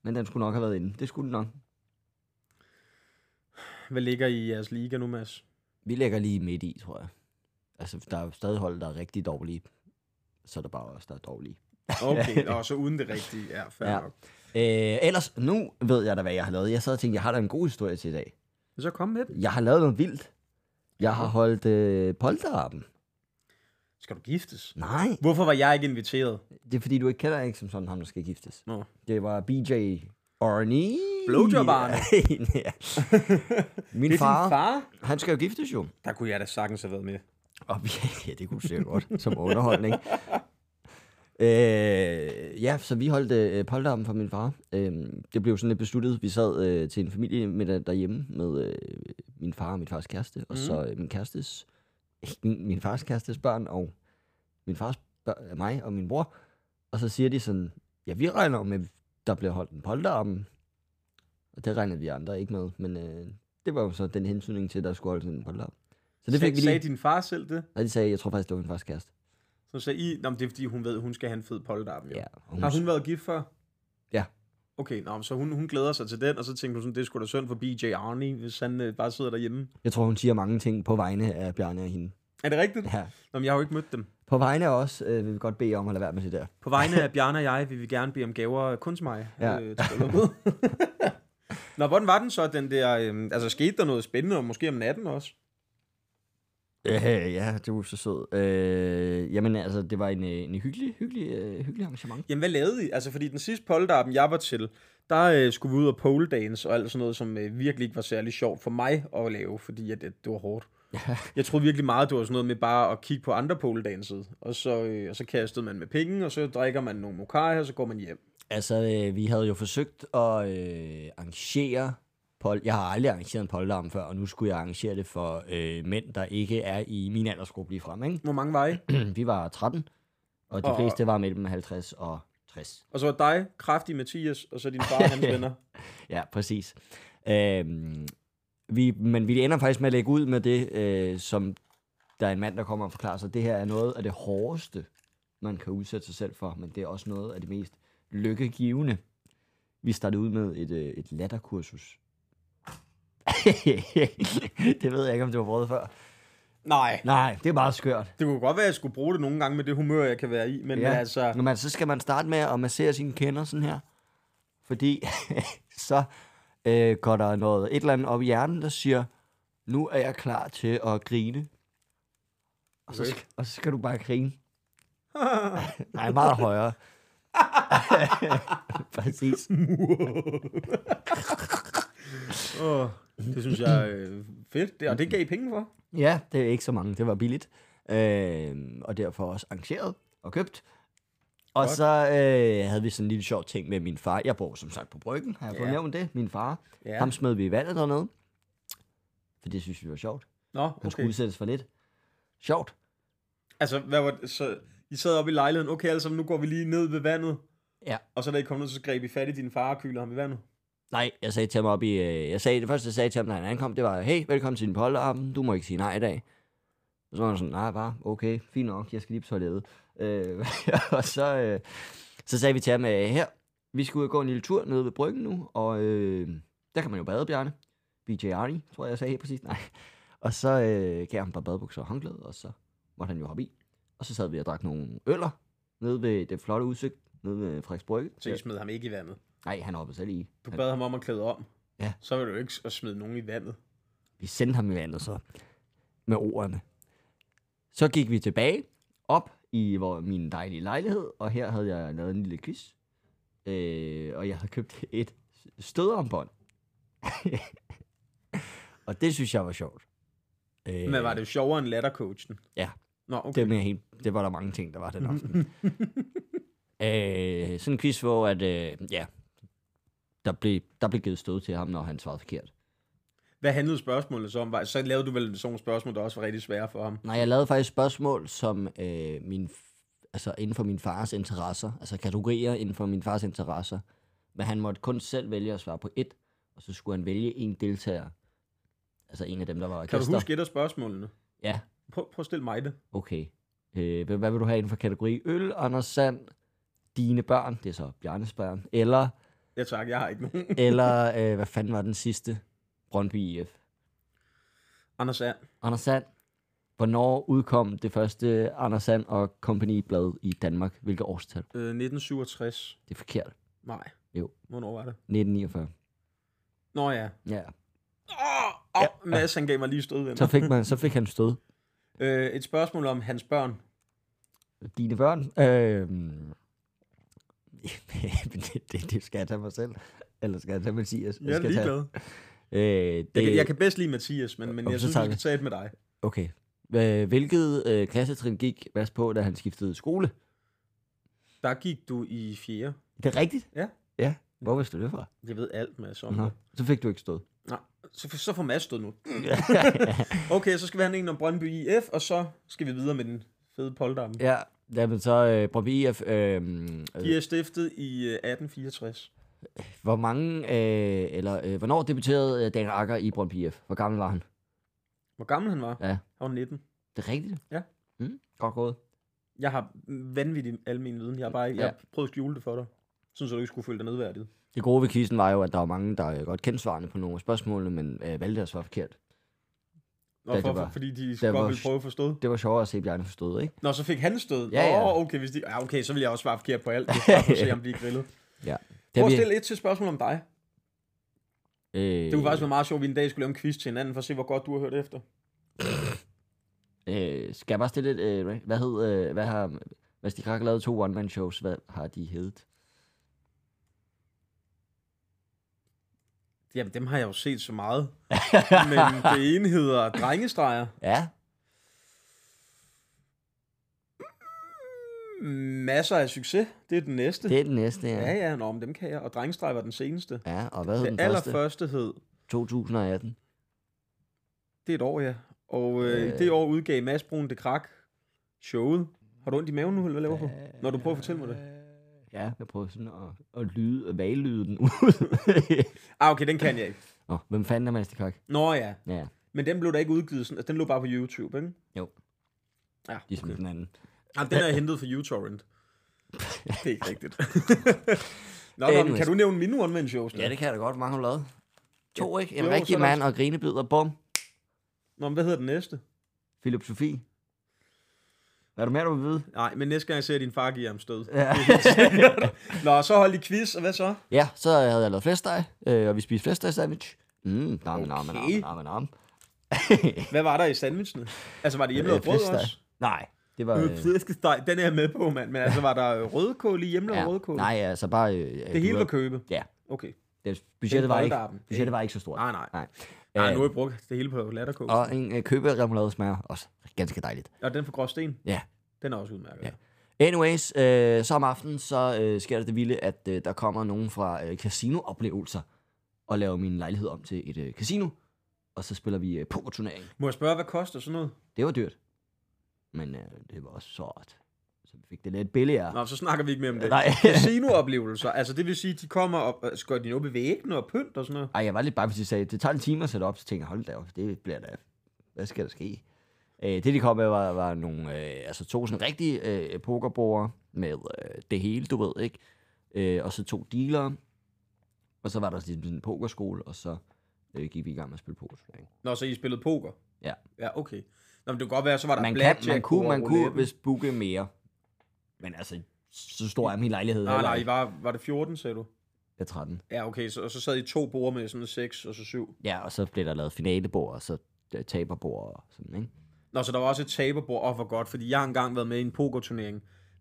B: Men den skulle nok have været inde. Det skulle den nok.
A: Hvad ligger I i jeres liga nu, [LAUGHS] Mads?
B: Vi ligger lige midt i, tror jeg. Altså, der er jo stadig hold, der er rigtig dårlige. Så er der bare os, der er dårlige.
A: Okay, og så uden det rigtige. Ja, fair ja.
B: Ja.
A: nok.
B: Øh, ellers, nu ved jeg da, hvad jeg har lavet. Jeg sad og tænkte, jeg har da en god historie til i dag.
A: Men så kom med den.
B: Jeg har lavet noget vildt. Jeg har holdt øh, polterappen.
A: Skal du giftes?
B: Nej,
A: Hvorfor var jeg ikke inviteret?
B: det er fordi, du ikke kender ikke som sådan ham, der skal giftes.
A: Nå.
B: Det var BJ Arnie.
A: Blowjob Arne.
B: [LAUGHS] ja. Min
A: Det er
B: far,
A: din far?
B: han skal jo giftes jo.
A: Der kunne jeg da sagtens have været med.
B: Og vi, [LAUGHS] ja, det kunne du sikkert godt, som underholdning. Øh, ja, så vi holdt øh, polterappen for min far. Øh, det blev sådan lidt besluttet. Vi sad øh, til en familiemiddag derhjemme med øh, min far og min fars kæreste, og mm. så øh, min kærestes, min, min fars kærestes børn og min fars børn, mig og min bror. Og så siger de sådan, ja, vi regner med, der bliver holdt en polterappen. Og det regnede vi andre ikke med, men øh, det var jo så den hensynning til, at der skulle holdes en polterappen. Så det fik vi lige...
A: Sagde din far selv det?
B: Og de sagde, jeg tror faktisk, det var min første kæreste.
A: Så sagde I, Nå, men det er fordi, hun ved, hun skal have en fed polterappen. Jo.
B: Ja, og hun,
A: Har hun været gift før?
B: Ja.
A: Okay, nå, men så hun, hun glæder sig til den, og så tænkte du sådan, det skulle da synd for BJ Arnie, hvis han øh, bare sidder derhjemme.
B: jeg tror, hun siger mange ting på vegne af Bjarne og hende.
A: Er det rigtigt?
B: Ja.
A: Nå, men jeg har jo ikke mødt dem.
B: På vegne af os øh, vil vi godt bede om at lade være med det der.
A: På vegne af Bjarne og jeg vil vi gerne bede om gaver øh, kun til mig.
B: Ja.
A: Øh, til bryllupet. [LAUGHS] Nå, hvordan var den så, den der... Øh, altså, skete der noget spændende, og måske om natten også?
B: Øh, ja, det var så sød. Øh, jamen altså, det var en, øh, en hyggelig, hyggelig, øh, hyggelig arrangement.
A: Jamen, hvad lavede I? Altså, fordi den sidste polterappen, jeg var til, der øh, skulle vi ud og pole dance og alt sådan noget, som øh, virkelig ikke var særlig sjovt for mig at lave, fordi at, at det var hårdt. jeg troede virkelig meget, det var sådan noget med bare at kigge på andre pole dancede, og så, øh, og så kastede man med penge, og så drikker man nogle mokai, og så går man hjem.
B: Altså, øh, vi havde jo forsøgt at øh, arrangere pol- Jeg har aldrig arrangeret en polterarm før, og nu skulle jeg arrangere det for øh, mænd, der ikke er i min aldersgruppe lige frem. Ikke? [CLEARS THROAT]
A: Hvor mange var I?
B: vi var 13, og de
A: Og-
B: fleste var mellem 50 og 60.
A: Og så var dig, kraftig Mathias, og så din far og hans venner.
B: Ja, præcis. Øhm, vi, men vi ender faktisk med at lægge ud med det, øh, som der er en mand, der kommer og forklarer sig. Det her er noget af det hårdeste, man kan udsætte sig selv for, men det er også noget af det mest lykkegivende. Vi startede ud med et, øh, et latterkursus. [LAUGHS] det ved jeg ikke, om det var prøvet før.
A: Nej.
B: Nej, det er bare skørt.
A: Det kunne godt være, at jeg skulle bruge det nogle gange med det humør, jeg kan være i, men ja. altså...
B: [LAUGHS] Når man, så skal man starte med at massere sine kender sådan her. Fordi [LAUGHS] så øh, går der noget, et eller andet op i hjernen, der siger, nu er jeg klar til at grine. Og så,
A: Okay.
B: skal, og så skal du bare grine. [LAUGHS] Nej, meget højere. [LAUGHS] Præcis.
A: Åh, det synes jeg er fedt, det, og det gav I penge for.
B: Ja, det er ikke så mange. Det var billigt. Øh, og derfor også arrangeret og købt. Og
A: Godt.
B: så øh, havde vi sådan en lille sjov ting med min far. Jeg bor som sagt på Bryggen, har jeg fået
A: Ja.
B: nævnt det. Min far.
A: Ja.
B: Ja. Ham smed vi i vandet dernede. For det synes vi var sjovt.
A: Nå,
B: Han okay. skulle
A: okay.
B: udsættes for lidt. Sjovt.
A: Altså, hvad var det? Så I sad oppe i lejligheden. Okay, altså, nu går vi lige ned ved vandet.
B: Ja.
A: Og så da I kom ned, så greb I fat i din far og kylede ham i vandet.
B: Nej, jeg sagde til ham op i... øh, Jeg sagde, det første, jeg sagde til ham, da han ankom, det var, hey, velkommen til din polterarm, du må ikke sige nej i dag. Og så var han sådan, nej, bare, okay, fint nok, jeg skal lige på toilettet. Øh, [LAUGHS] og så, øh, så sagde vi til ham, øh, her, vi skal ud og gå en lille tur nede ved bryggen nu, og øh, der kan man jo bade, Bjarne. BJ Arnie, tror jeg, jeg sagde helt præcis, nej. Og så øh, gav han bare badebukser og håndklæde, og så måtte han jo hoppe i. Og så sad vi og drak nogle øller nede ved det flotte udsigt, nede ved Frederiks Brygge.
A: Så I smed ham ikke i vandet.
B: Nej, han hoppede selv i.
A: Du bad ham om at klæde om.
B: Ja.
A: Så var det jo ikke at smide nogen i vandet.
B: Vi sendte ham i vandet så med ordene. Så gik vi tilbage op i hvor, min dejlige lejlighed, og her havde jeg lavet en lille quiz. Øh, og jeg havde købt et stødarmbånd. [LAUGHS] og det synes jeg var sjovt. Øh,
A: Men var det sjovere end lattercoachen?
B: Ja.
A: Nå, okay.
B: Det, med helt, det var der mange ting, der var den
A: [LAUGHS]
B: aften. øh, sådan en quiz, hvor at, øh, ja, der blev, der blev givet stød til ham, når han svarede forkert.
A: Hvad handlede spørgsmålet så om? Var- Så lavede du vel sådan nogle spørgsmål, der også var rigtig svære for ham.
B: Nej, jeg lavede faktisk spørgsmål, som øh, min, f- altså inden for min fars interesser, altså kategorier inden for min fars interesser, men han måtte kun selv vælge at svare på et, og så skulle han vælge en deltager. altså en af dem, der var
A: Kan
B: orkester.
A: du huske et af spørgsmålene?
B: Ja,
A: Prøv, prøv at stille mig det.
B: okay. Øh, hvad, hvad vil du have inden for kategori øl, Anders Sand, dine børn, det er så Bjarnes børn, eller,
A: Ja tak, jeg har ikke nogen. [LAUGHS]
B: eller øh, hvad fanden var den sidste? Brøndby IF.
A: Anders Sand.
B: Anders Sand, hvornår udkom det første Anders Sand og Company blad i Danmark? Hvilket årstal?
A: Øh, 1967.
B: Det er forkert.
A: Nej.
B: Jo.
A: Hvornår var det?
B: 1949.
A: Nå ja. [LAUGHS]
B: Ja.
A: Åh, oh, oh, Mads, han gav mig lige stød.
B: Så fik, man, så fik han stød.
A: øh, et spørgsmål om hans børn.
B: Dine børn? Øhm, [LAUGHS] det, det, det, skal jeg tage mig selv. Eller skal jeg tage Mathias?
A: Jeg er
B: skal tage-
A: ligeglad.
B: Øh, det,
A: Jeg, kan- jeg kan bedst lide Mathias, men, men
B: Om,
A: jeg
B: så
A: synes,
B: tager
A: vi
B: vi.
A: skal tage et med dig.
B: Okay. Øh, Hvilket øh, klassetrin gik Mads på, da han skiftede skole?
A: Der gik du i fjerde.
B: Det er rigtigt?
A: Ja.
B: Ja. Hvor vidste du det fra?
A: Jeg ved alt, Mads, om
B: Nå.
A: det.
B: Så fik du ikke stød.
A: Nå, så, så får Mads stød
B: [LAUGHS]
A: nu. Okay, så skal vi have en om Brøndby IF, og så skal vi videre med den fede polterappen.
B: ja. Jamen så, øh, Brøndby IF, øh, øh,
A: De er stiftet i øh, 1864.
B: Hvor mange, øh, eller øh, hvornår debuterede øh, Dan Akker i Brøndby IF? Hvor gammel var han?
A: Hvor gammel han var?
B: Ja.
A: Han var 19.
B: Det er rigtigt?
A: Ja.
B: Mm, godt gået.
A: Jeg har vanvittig almen viden. Jeg har bare jeg
B: Ja.
A: har prøvet at skjule det for dig. Sådan, så du ikke skulle føle dig nedværdiget.
B: Det gode ved quizzen var jo, at der var mange, der øh, godt kendte svarene på nogle af spørgsmålene, men øh, valgte at svare forkert.
A: Nå,
B: Ja,
A: for,
B: det
A: for,
B: var-
A: fordi de
B: det var-
A: godt ville prøve at forstå.
B: Det var sjovere at se Bjarne forstået, ikke?
A: Nå, så fik han stød.
B: Ja, ja.
A: Nå, okay, hvis de... ja, okay, så vil jeg også svare forkert på alt. Det er bare for at se, om de er [LAUGHS] grillet.
B: Det
A: Prøv
B: har
A: at
B: vi,
A: stille et til spørgsmål om dig.
B: øh,
A: Det kunne faktisk være meget sjovt, at vi en dag skulle lave en quiz til hinanden, for at se, hvor godt du har hørt efter.
B: øh, skal jeg bare stille et, øh, hvad hed, øh, hvad har, hvis de krakker lavet to one-man-shows, hvad har de heddet?
A: Jamen, dem har jeg jo set så meget. [LAUGHS] Men det ene hedder drengestreger.
B: Ja,
A: Masser af succes. Det er den næste.
B: det er den næste, ja.
A: Ja, ja, nå, men dem kan jeg. Og drengestreger var den seneste.
B: Ja, og hvad hed den
A: det
B: første?
A: allerførste hed,
B: 2018.
A: det er et år, ja. Og øh, øh.
B: Øh.
A: det år udgav Mads Brun det krak showet. Har du ondt i maven nu, eller hvad laver du? Når du prøver at fortælle mig det.
B: Ja, jeg prøver sådan at, at lyde, at vallyde den ud. [LAUGHS]
A: Ah, okay, den kan jeg ikke.
B: Nå, hvem fanden er Master Kok?
A: Nå ja,
B: Ja,
A: men den blev da ikke udgivet sådan. Altså, den lå bare på YouTube, ikke?
B: Jo.
A: Ja,
B: ligesom
A: okay.
B: den anden.
A: Ah, den er jeg hentet fra uTorrent. Det er ikke
B: [LAUGHS]
A: rigtigt. nå, nå, men
B: Anyways.
A: kan du nævne mine one-man shows?
B: Ja, det kan jeg da godt. Hvor mange har du lavet? To, ikke?
A: Jo,
B: En jo,
A: så er
B: rigtig
A: der-
B: mand og grinebider. Bum.
A: Nå, men hvad hedder den næste?
B: Philip Sofie. Hvad er du mere, du vil vide?
A: Nej, men næste gang jeg ser din far give ham stød.
B: Ja.
A: Nå, så hold i quiz, og hvad så?
B: ja, så havde jeg lavet flæsteg, øh, og vi spiste flæsteg sandwich. Mm, nam, nam, nam,
A: Okay.
B: nam, nam.
A: Hvad var der i sandwichene? Altså, var det hjemmelavet
B: Øh,
A: brød
B: flæskesteg.
A: også?
B: Nej, det var...
A: Øh, flæskesteg, den er jeg med på, mand. Men altså, var der øh, rødkål i hjemmelavet ja. rødkål?
B: Nej, altså bare... Øh,
A: Det hele var
B: var...
A: købe?
B: Ja,
A: Okay.
B: det, budgettet, var ikke,
A: polterappen.
B: budgettet var ikke så stort.
A: Nej, nej.
B: Nej,
A: Nej,
B: Øh,
A: nu har jeg brugt det hele på latterkål. Og,
B: Og en øh, køberemulade smager også ganske dejligt.
A: og den fra Gråsten,
B: Ja.
A: den er også udmærket. Ja.
B: Ja. Anyways, øh, så om aftenen, så øh, sker der det vilde, at øh, der kommer nogen fra øh, casinooplevelser og laver min lejlighed om til et øh, casino. Og så spiller vi øh, pokerturnering.
A: Må jeg spørge, hvad koster sådan noget?
B: Det var dyrt. Men øh, det var også sort. Så vi fik det lidt billigere.
A: Nå, så snakker vi ikke mere om det.
B: Nej. [LAUGHS]
A: Casinooplevelser, altså det vil sige, de kommer og og skår de op ved væggene og pynt og sådan noget.
B: Ej, jeg var lidt bare, fordi de sagde, det tager en time at sætte op, så tænkte jeg, hold da op, det bliver da, hvad skal der ske? Øh, det, de kom med, var, var nogle, øh, altså to sådan rigtige øh, pokerbordere med øh, det hele, du ved, ikke? Øh, og så to dealere, og så var der sådan en pokerskole, og så øh, gik vi i gang med at spille pokerturnering.
A: Nå, så I spillede poker?
B: Ja.
A: Ja, okay. Nå, men det kunne godt være, så var der
B: Man, kan,
A: blackjack
B: man kunne,
A: og
B: man kunne
A: roulette.
B: hvis booke mere, men altså, så stor er min lejlighed
A: Nej,
B: heller
A: nej, I
B: ikke.
A: var, var det 14, sagde du?
B: Jeg er 13.
A: Ja, okay, så, og så sad I to borde med sådan 6 og så 7.
B: Ja, og så blev der lavet finalebord, og så øh, taberbord og sådan, ikke?
A: Nå, så der var også et taberbord, og hvor godt, fordi jeg har engang været med i en pokerturnering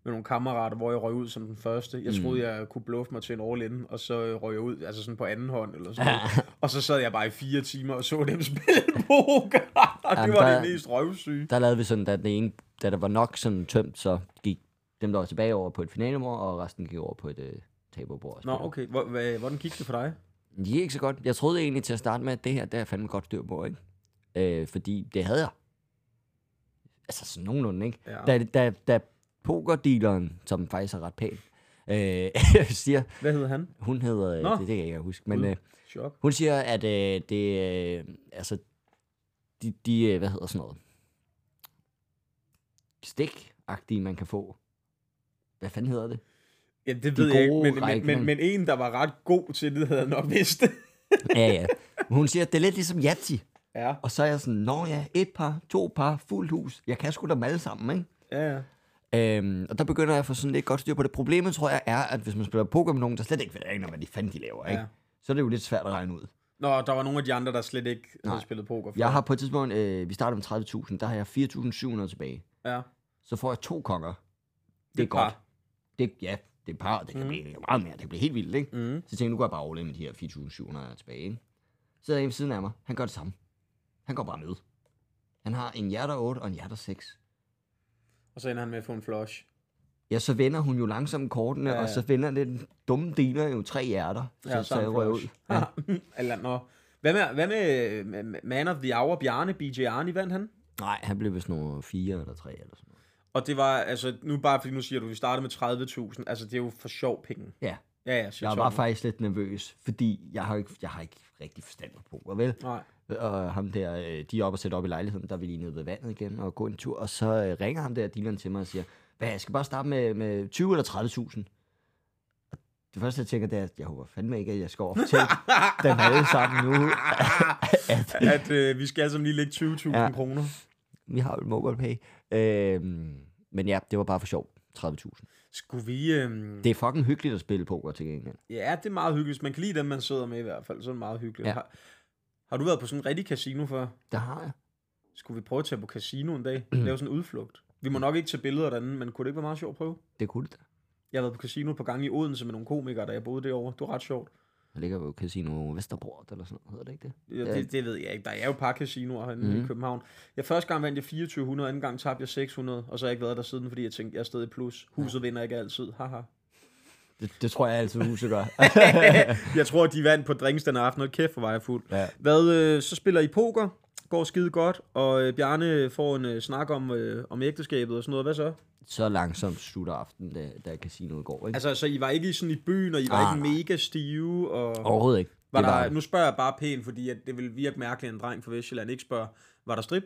A: med nogle kammerater, hvor jeg røg ud som den første.
B: Mm.
A: Jeg troede, jeg kunne bluffe mig til en all in, og så øh, røg jeg ud, altså sådan på anden hånd eller sådan noget. Og så sad jeg bare i fire timer og så dem [LAUGHS] spille poker, [LAUGHS] og det
B: Jamen,
A: var
B: der-
A: det mest røvsyge.
B: der lavede vi sådan, at den ene, da der var nok sådan tømt, så gik dem, der var tilbage over på et finalebord, og resten gik over på et øh, taberbord. og
A: Nå,
B: spillede.
A: okay, hvor, hvad, hvordan gik det for dig?
B: De gik ikke så godt. Jeg troede egentlig til at starte med, at det her, det er fandme godt styr på, ikke? Øh, fordi det havde jeg. Altså sådan nogenlunde, ikke?
A: Ja.
B: Da, da, da pokerdealeren, som faktisk er ret pæn, øh, [LAUGHS] siger,
A: Hvad hed han?
B: hun hedder,
A: Nå.
B: øh, det, det kan jeg ikke huske, men
A: Gud.
B: øh,
A: Chok.
B: hun siger, at øh, det, øh, altså, de, de øh, hvad hedder sådan noget, stik-agtige, man kan få. Hvad fanden hedder det?
A: Ja, det
B: De
A: ved jeg ikke,
B: gode
A: men, men,
B: række,
A: men,
B: men-
A: men en, der var ret god til det, havde jeg nok vidst. [LAUGHS]
B: ja, ja. Men hun siger, det er lidt ligesom Yatzy.
A: ja,
B: Og så er jeg sådan, nå ja, et par, to par, fuldt hus. Jeg kan sgu da dem alle sammen, ikke?
A: ja, ja.
B: Øhm, og der begynder jeg at få sådan lidt godt styr på det. Problemet, tror jeg, er, at hvis man spiller poker med nogen, der slet ikke ved aner, hvad de fanden de laver, ikke?
A: Ja.
B: Ja. så er det jo lidt svært at regne ud.
A: Nå, der var nogle af de andre, der slet ikke havde
B: Nej.
A: spillet poker før.
B: Jeg har på et tidspunkt, øh, vi startede med 30.000, der har jeg 4.700 tilbage.
A: Ja.
B: Så får jeg to konger. Det er
A: et par.
B: godt. Det, ja, det er par, det kan mm. blive meget mere, det kan blive helt vildt, ikke?
A: Mm.
B: Så tænkte jeg, nu går jeg bare all in med de her 4.700 jeg har tilbage, ikke? Så er jeg ved siden af mig, han gør det samme. Han går bare med. Han har en hjerter 8 og en hjerter 6.
A: Og så ender han med at få en flush.
B: Ja, så vender hun jo langsomt kortene,
A: Ja,
B: ja. og
A: ja.
B: så vender den dumme dealer jo tre hjerter.
A: Ja,
B: så, så jeg
A: en
B: røg ud.
A: flush. [LAUGHS] Eller, nå. Hvad med, hvad med øh, Man of the Hour, Bjarne, BJ Arni vandt han?
B: Nej, han blev vist nogle fire eller tre eller sådan noget.
A: Og det var, altså, nu bare fordi nu siger du, vi startede med 30.000, altså det er jo for sjov penge.
B: Ja,
A: Ja, ja, så
B: jeg var faktisk lidt nervøs, fordi jeg har ikke, jeg har ikke rigtig forstand på poker, vel?
A: Nej.
B: Og ham der, øh, de er oppe og sætter op i lejligheden, der vil lige ned ved vandet igen og gå en tur. Og så øh, ringer ham der dealeren til mig og siger, hvad, jeg skal bare starte med, med 20 eller 30.000. Og Det første, jeg tænker, det er, at jeg håber fandme ikke, at jeg skal over og [LAUGHS] fortælle dem alle sammen nu, [LAUGHS] at
A: At øh, vi skal altså lige lægge 20.000 ja.
B: Ja.
A: kroner.
B: vi har jo et mobile pay. Øhm, men ja, det var bare for sjov. 30.000.
A: Skulle vi... Øh,
B: Det er fucking hyggeligt at spille poker til gengæld.
A: ja, det er meget hyggeligt. Hvis Man kan lide dem, man sidder med i hvert fald. Så er det meget hyggeligt. Ja.
B: Ja.
A: Har, har du været på sådan en rigtig casino før?
B: Der har jeg.
A: Skulle vi prøve at tage på casino en
B: [CLEARS THROAT]
A: dag? Lave sådan en udflugt? Vi må nok ikke tage billeder derinde, men kunne det ikke være meget sjovt at prøve?
B: Det kunne det da.
A: Jeg har været på casino på gange i Odense med nogle komikere, da jeg boede derovre. Det var ret sjovt.
B: Der ligger jo Casino Vesterbort eller sådan noget, hedder det ikke det?
A: Ja. Det, det ved jeg ikke. Der er jo et par casinoer herinde mm. i København. Jeg første gang vandt jeg 2400, anden gang tabte jeg 600, og så har jeg ikke været der siden, fordi jeg tænkte, jeg er stadig i plus. Huset ja. vinder ikke altid. Haha.
B: Det, det tror jeg altid, huset gør.
A: jeg tror, de vandt på drinks den aften, og kæft, hvor var jeg fuld.
B: Ja.
A: Hvad, øh, så spiller I poker, går skide godt, og øh, Bjarne får en øh, snak om, øh, om ægteskabet og sådan noget. Hvad så?
B: så langsomt slutter aftenen, da, da casinoet går, ikke?
A: Altså, så I var ikke i sådan i byen, og I var
B: Ah,
A: ikke mega stive, og...
B: Overhovedet ikke.
A: Var
B: det
A: der,
B: var,
A: nu spørger jeg bare pænt, fordi at det vil virke mærkeligt, at en dreng fra Vestjylland ikke spørger, var der strip?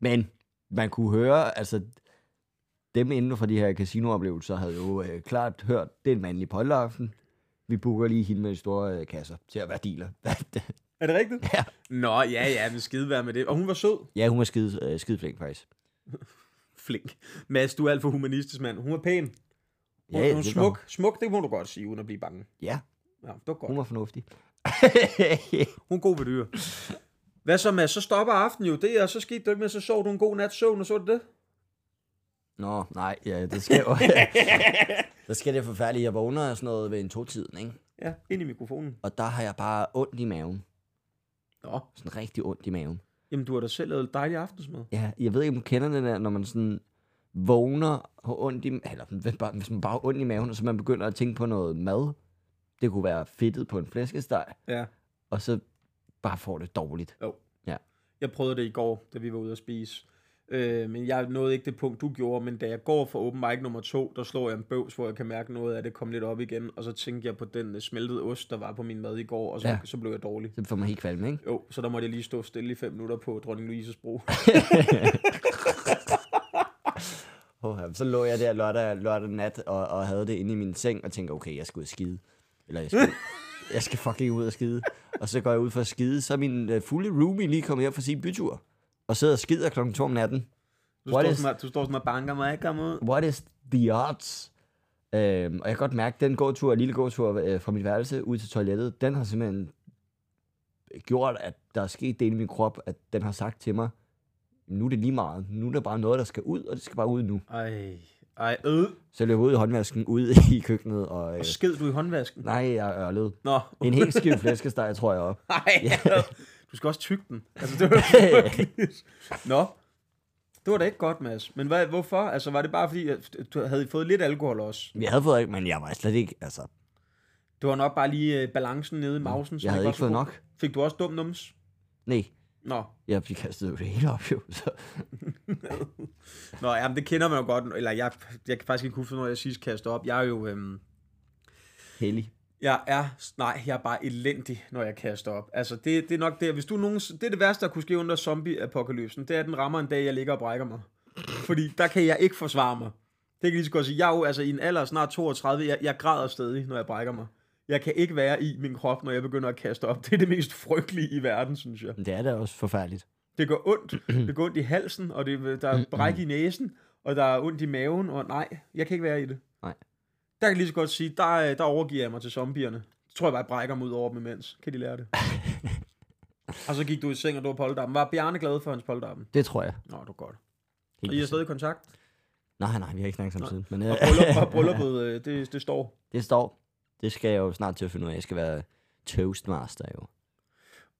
B: Men man kunne høre, altså dem inden for de her casinooplevelser havde jo øh, klart hørt, det er en mandlig polteraften. Vi booker lige hende med de store øh, kasser til at være dealer. [LAUGHS]
A: Er det rigtigt?
B: Ja.
A: Nå, ja, ja, men skide være med det. Og hun var sød.
B: ja, hun var skide, øh, skide flink, faktisk.
A: Flink. Mads, du er alt for humanistisk, mand. Hun var pæn. Hun,
B: Ja,
A: ja, hun
B: det var
A: smuk. Smuk, det må du godt sige, uden at blive bange.
B: Ja,
A: Ja, det var godt.
B: hun var fornuftig. [LAUGHS]
A: Hun er god ved dyr. Hvad så, Mads? Så stopper aftenen jo det, og så skete det ikke med, så sov du en god nat søvn, og så var det det.
B: Nå, nej, ja, det skal
A: [LAUGHS]
B: jo. der skal det forfærdeligt. Jeg vågner sådan noget ved en to-tiden, ikke?
A: Ja, ind i mikrofonen.
B: Og der har jeg bare ondt i maven.
A: Nå,
B: Sådan rigtig ondt i maven.
A: jamen du har da selv lavet dejlig aftensmad.
B: Ja, jeg ved ikke, om du kender det der, når man sådan vågner og har ondt i eller hvis bare- hvis man bare har ondt i maven, og så man begynder at tænke på noget mad. Det kunne være fedtet på en flæskesteg,
A: Ja.
B: og så bare får det dårligt.
A: Jo.
B: Ja.
A: Jeg prøvede det i går, da vi var ude at spise. Øh, men jeg nåede ikke det punkt, du gjorde, men da jeg går for open mic nummer to, der slår jeg en bøvs, hvor jeg kan mærke noget af det kom lidt op igen, og så tænkte jeg på den øh, smeltede ost, der var på min mad i går, og så, ja.
B: Ja.
A: så blev jeg dårlig.
B: Så får man helt kvalme, ikke?
A: Jo, så der måtte jeg lige stå stille i fem minutter på Dronning Louise's bro. [LAUGHS]
B: Oh, så lå jeg der lørdag, lørdag nat og, og havde det inde i min seng og tænkte, okay, jeg skal ud og skide. Eller jeg [LAUGHS] skal, jeg skal fucking ud og skide. Og så går jeg ud for at skide, så er min uh, fulde roomie lige kommet her fra sin bytur. Og sidder og skider klokken 2 om natten.
A: Du,
B: What
A: står,
B: is-
A: sådan, og- du står sådan og banker mig, ikke komme ud.
B: What is the odds? Øhm, og jeg kan godt mærke, at den gåtur, lille gåtur øh, fra mit værelse ud til toilettet, den har simpelthen gjort, at der er sket det inde i min krop, at den har sagt til mig, nu er det lige meget. Nu er der bare noget, der skal ud, og det skal bare ud nu.
A: Ej, ej, øh.
B: Så jeg løb ud i håndvasken, ud [LAUGHS] i køkkenet, og øh,
A: Og sked du i håndvasken?
B: nej, jeg ørlede.
A: Nå,
B: En helt
A: [LAUGHS]
B: skiv flæskesteg, tror jeg, op.
A: ej, [LAUGHS] du skal også tygge den. Altså, det var frygteligt.
B: [LAUGHS]
A: Nå, det var da ikke godt, Mads. Men hvad, hvorfor? Altså, var det bare fordi, at du havde I fået lidt alkohol også?
B: Jeg havde fået, men jeg var slet ikke, altså,
A: Du var nok bare lige øh, balancen nede i mausen. som
B: Mm, jeg havde
A: var
B: ikke
A: så
B: fået
A: god.
B: nok.
A: Fik du også dum nums?
B: Nej,
A: Nå,
B: jeg blev kastet jo det hele op, jo. Så.
A: Nå jamen, det kender man jo godt. Eller jeg, jeg kan faktisk ikke huske, når jeg sidst kastede op. Jeg er jo... Øhm,
B: Heldig.
A: Jeg er, nej, jeg er bare elendig, når jeg kaster op. Altså, det, det er nok det. Hvis du nogen, det er det værste, der kunne ske under zombie-apokalypsen. Det er, at den rammer en dag, jeg ligger og brækker mig. Fordi der kan jeg ikke forsvare mig. Det kan jeg lige så godt sige. Jeg er jo altså i en alder af snart 32. Jeg, jeg græder stadig, når jeg brækker mig. Jeg kan ikke være i min krop, når jeg begynder at kaste op. Det er det mest frygtelige i verden, synes jeg.
B: Men det er da også forfærdeligt.
A: Det gør
B: [CLEARS THROAT]
A: ondt. Det gør ondt i halsen, og det,
B: Mm,
A: der er bræk i næsen, og der er ondt i maven, og nej, jeg kan ikke være i det.
B: Nej.
A: Der kan jeg lige så godt sige, der, øh, der overgiver jeg mig til zombierne. Så tror jeg bare, jeg brækker mig ud over dem imens. Kan de lære det?
B: [LAUGHS]
A: og så gik du i seng, og du var polterappen. Var Bjarne glad for hans polterappen?
B: Det tror jeg.
A: Nå, det var godt.
B: Helt
A: Og I er
B: bestemt.
A: stadig i kontakt?
B: [LAUGHS] Nej, nej, vi har ikke snakket sammen siden. Men, øh,
A: Og bryllup, og brylluppet, øh, det, det står.
B: [LAUGHS] det står. Det skal jeg jo snart til at finde ud af. Jeg skal være toastmaster jo.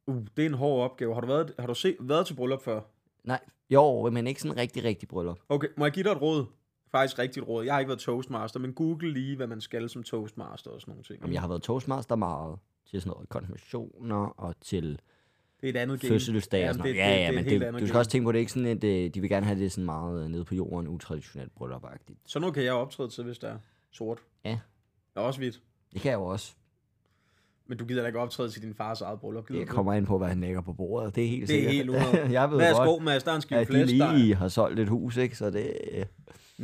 A: Uh, det er en hård opgave. Har du været, har du se, været til bryllup før?
B: Nej, jo, men ikke sådan rigtig, rigtig bryllup.
A: Okay, må jeg give dig et råd? Faktisk rigtigt råd. Jeg har ikke været toastmaster, men google lige, hvad man skal som toastmaster og sådan nogle ting.
B: Jamen, jeg har været toastmaster meget til sådan noget konfirmationer og til
A: Det er et andet game.
B: fødselsdage og
A: Jamen,
B: sådan
A: det-
B: noget. Ja,
A: det-
B: ja,
A: det er
B: men
A: et helt
B: det,
A: andet
B: du skal
A: game.
B: også tænke på, det er ikke sådan, at øh, de vil gerne have det sådan meget øh, nede på jorden, utraditionelt bryllup -agtigt.
A: Sådan noget kan jeg optræde til, hvis det er sort.
B: Ja.
A: Og også hvidt.
B: Det kan jeg jo også.
A: Men du gider da ikke optræde til din fars eget bryllup. Gider
B: Det
A: du?
B: kommer ind på, hvad han lægger på bordet. Det er helt
A: Det er
B: sikkert.
A: helt uhovedet.
B: [LAUGHS] jeg ved
A: Værsgo,
B: godt,
A: Mads, der er en skive
B: at de
A: flæsk, der er-
B: lige har solgt et hus, ikke? Så det... [LAUGHS] øh,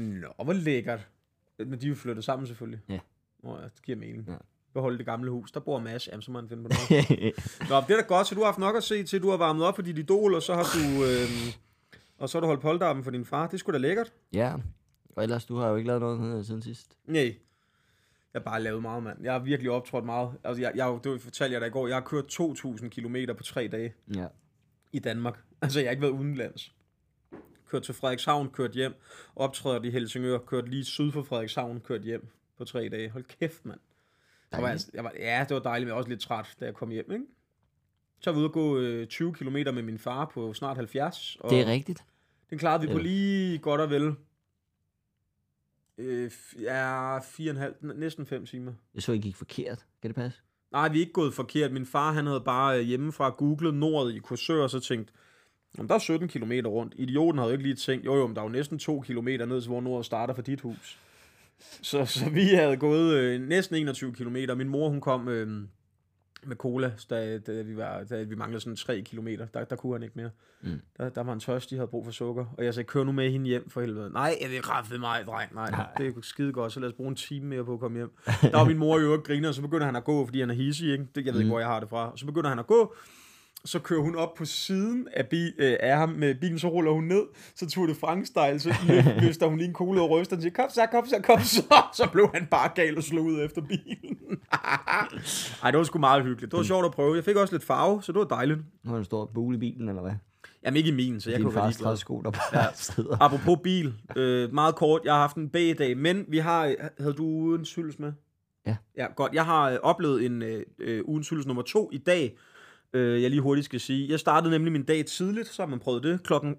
A: Nå, hvor lækkert. Men de er jo flyttet sammen selvfølgelig.
B: Ja.
A: Nå, ja, det giver mening.
B: Ja.
A: Ja. Beholde det gamle hus. Der bor Mads. Jamen, så må han finde på
B: [LAUGHS]
A: noget. Nå, det er da godt, så du har haft nok at se til. Du har varmet op for dit idol, og så har du... Øhm, og så har du holdt polterappen for din far. Det skulle da lækkert.
B: ja. Og ellers, du har jo ikke lavet noget øh, siden sidst.
A: Nej. Jeg har bare lavet meget, mand. Jeg har virkelig optrådt meget. Altså, jeg, jeg, det fortalte jeg dig i går. Jeg har kørt 2.000 km på tre dage.
B: Ja.
A: i Danmark. [LAUGHS] Altså, jeg har ikke været udenlands. Kørt til Frederikshavn, kørt hjem. Optrådt i Helsingør, kørt lige syd for Frederikshavn, kørt hjem på tre dage. Hold kæft, mand. Jeg var, altså- jeg var, ja, det var dejligt, men jeg var også lidt træt, da jeg kom hjem, ikke? Så var vi ude at gå øh, 20 km med min far på snart 70. Og
B: Det er rigtigt.
A: Den klarede vi på
B: Ja.
A: lige godt og vel. Øh, f- ja, fire og en halv, n- næsten 5 timer.
B: Jeg så, I gik forkert. Kan det passe?
A: Nej, vi er ikke gået forkert. Min far, han havde bare øh, hjemmefra googlet nordet i Korsør, og så tænkt, om der er 17 km rundt. Idioten havde jo ikke lige tænkt, jo jo, men der er jo næsten 2 km ned til, hvor nordet starter fra dit hus. Så, så vi havde gået øh, næsten 21 km. Min mor, hun kom øh, med cola, da, da, vi var, da vi manglede sådan 3 km. Der, der kunne han ikke mere.
B: Mm.
A: Der, der var en tørst, de havde brug for sukker. Og jeg sagde, kør nu med hende hjem for helvede. Nej, jeg vil kraftedeme mig, dreng. Nej,
B: Nej.
A: Nej, det er skide godt, så lad os bruge en time mere på at komme hjem. Der var min mor i øvrigt griner, og så begynder han at gå, fordi han er hissig, ikke? Det, jeg
B: Mm.
A: ved ikke, hvor jeg har det fra. Så begynder han at gå, så kører hun op på siden af, bi, øh, af ham med bilen, så ruller hun ned, så Tour de France style, så
B: [LAUGHS]
A: løf- løfter hun lige en kugle og ryster, og siger, kom så, kom så, kom så, [LAUGHS] så blev han bare gal og slog ud efter bilen. [LAUGHS] Ej, det var sgu meget hyggeligt.
B: Mm.
A: Det var sjovt at prøve. Jeg fik også lidt farve, så det var dejligt.
B: Nu har du en stor bule i bilen, eller hvad?
A: Jamen ikke i min, så jeg
B: Din
A: kunne være
B: fars
A: ligeglad.
B: træsko, der bare sidder.
A: Apropos bil, øh, meget kort, jeg har haft en B-dag, men vi har, havde du ugen syls med?
B: Ja.
A: Ja, godt. Jeg har øh, oplevet en øh, øh, ugen syls nummer to i dag, øh, jeg lige hurtigt skal sige. Jeg startede nemlig min dag tidligt, så har man prøvet det, klokken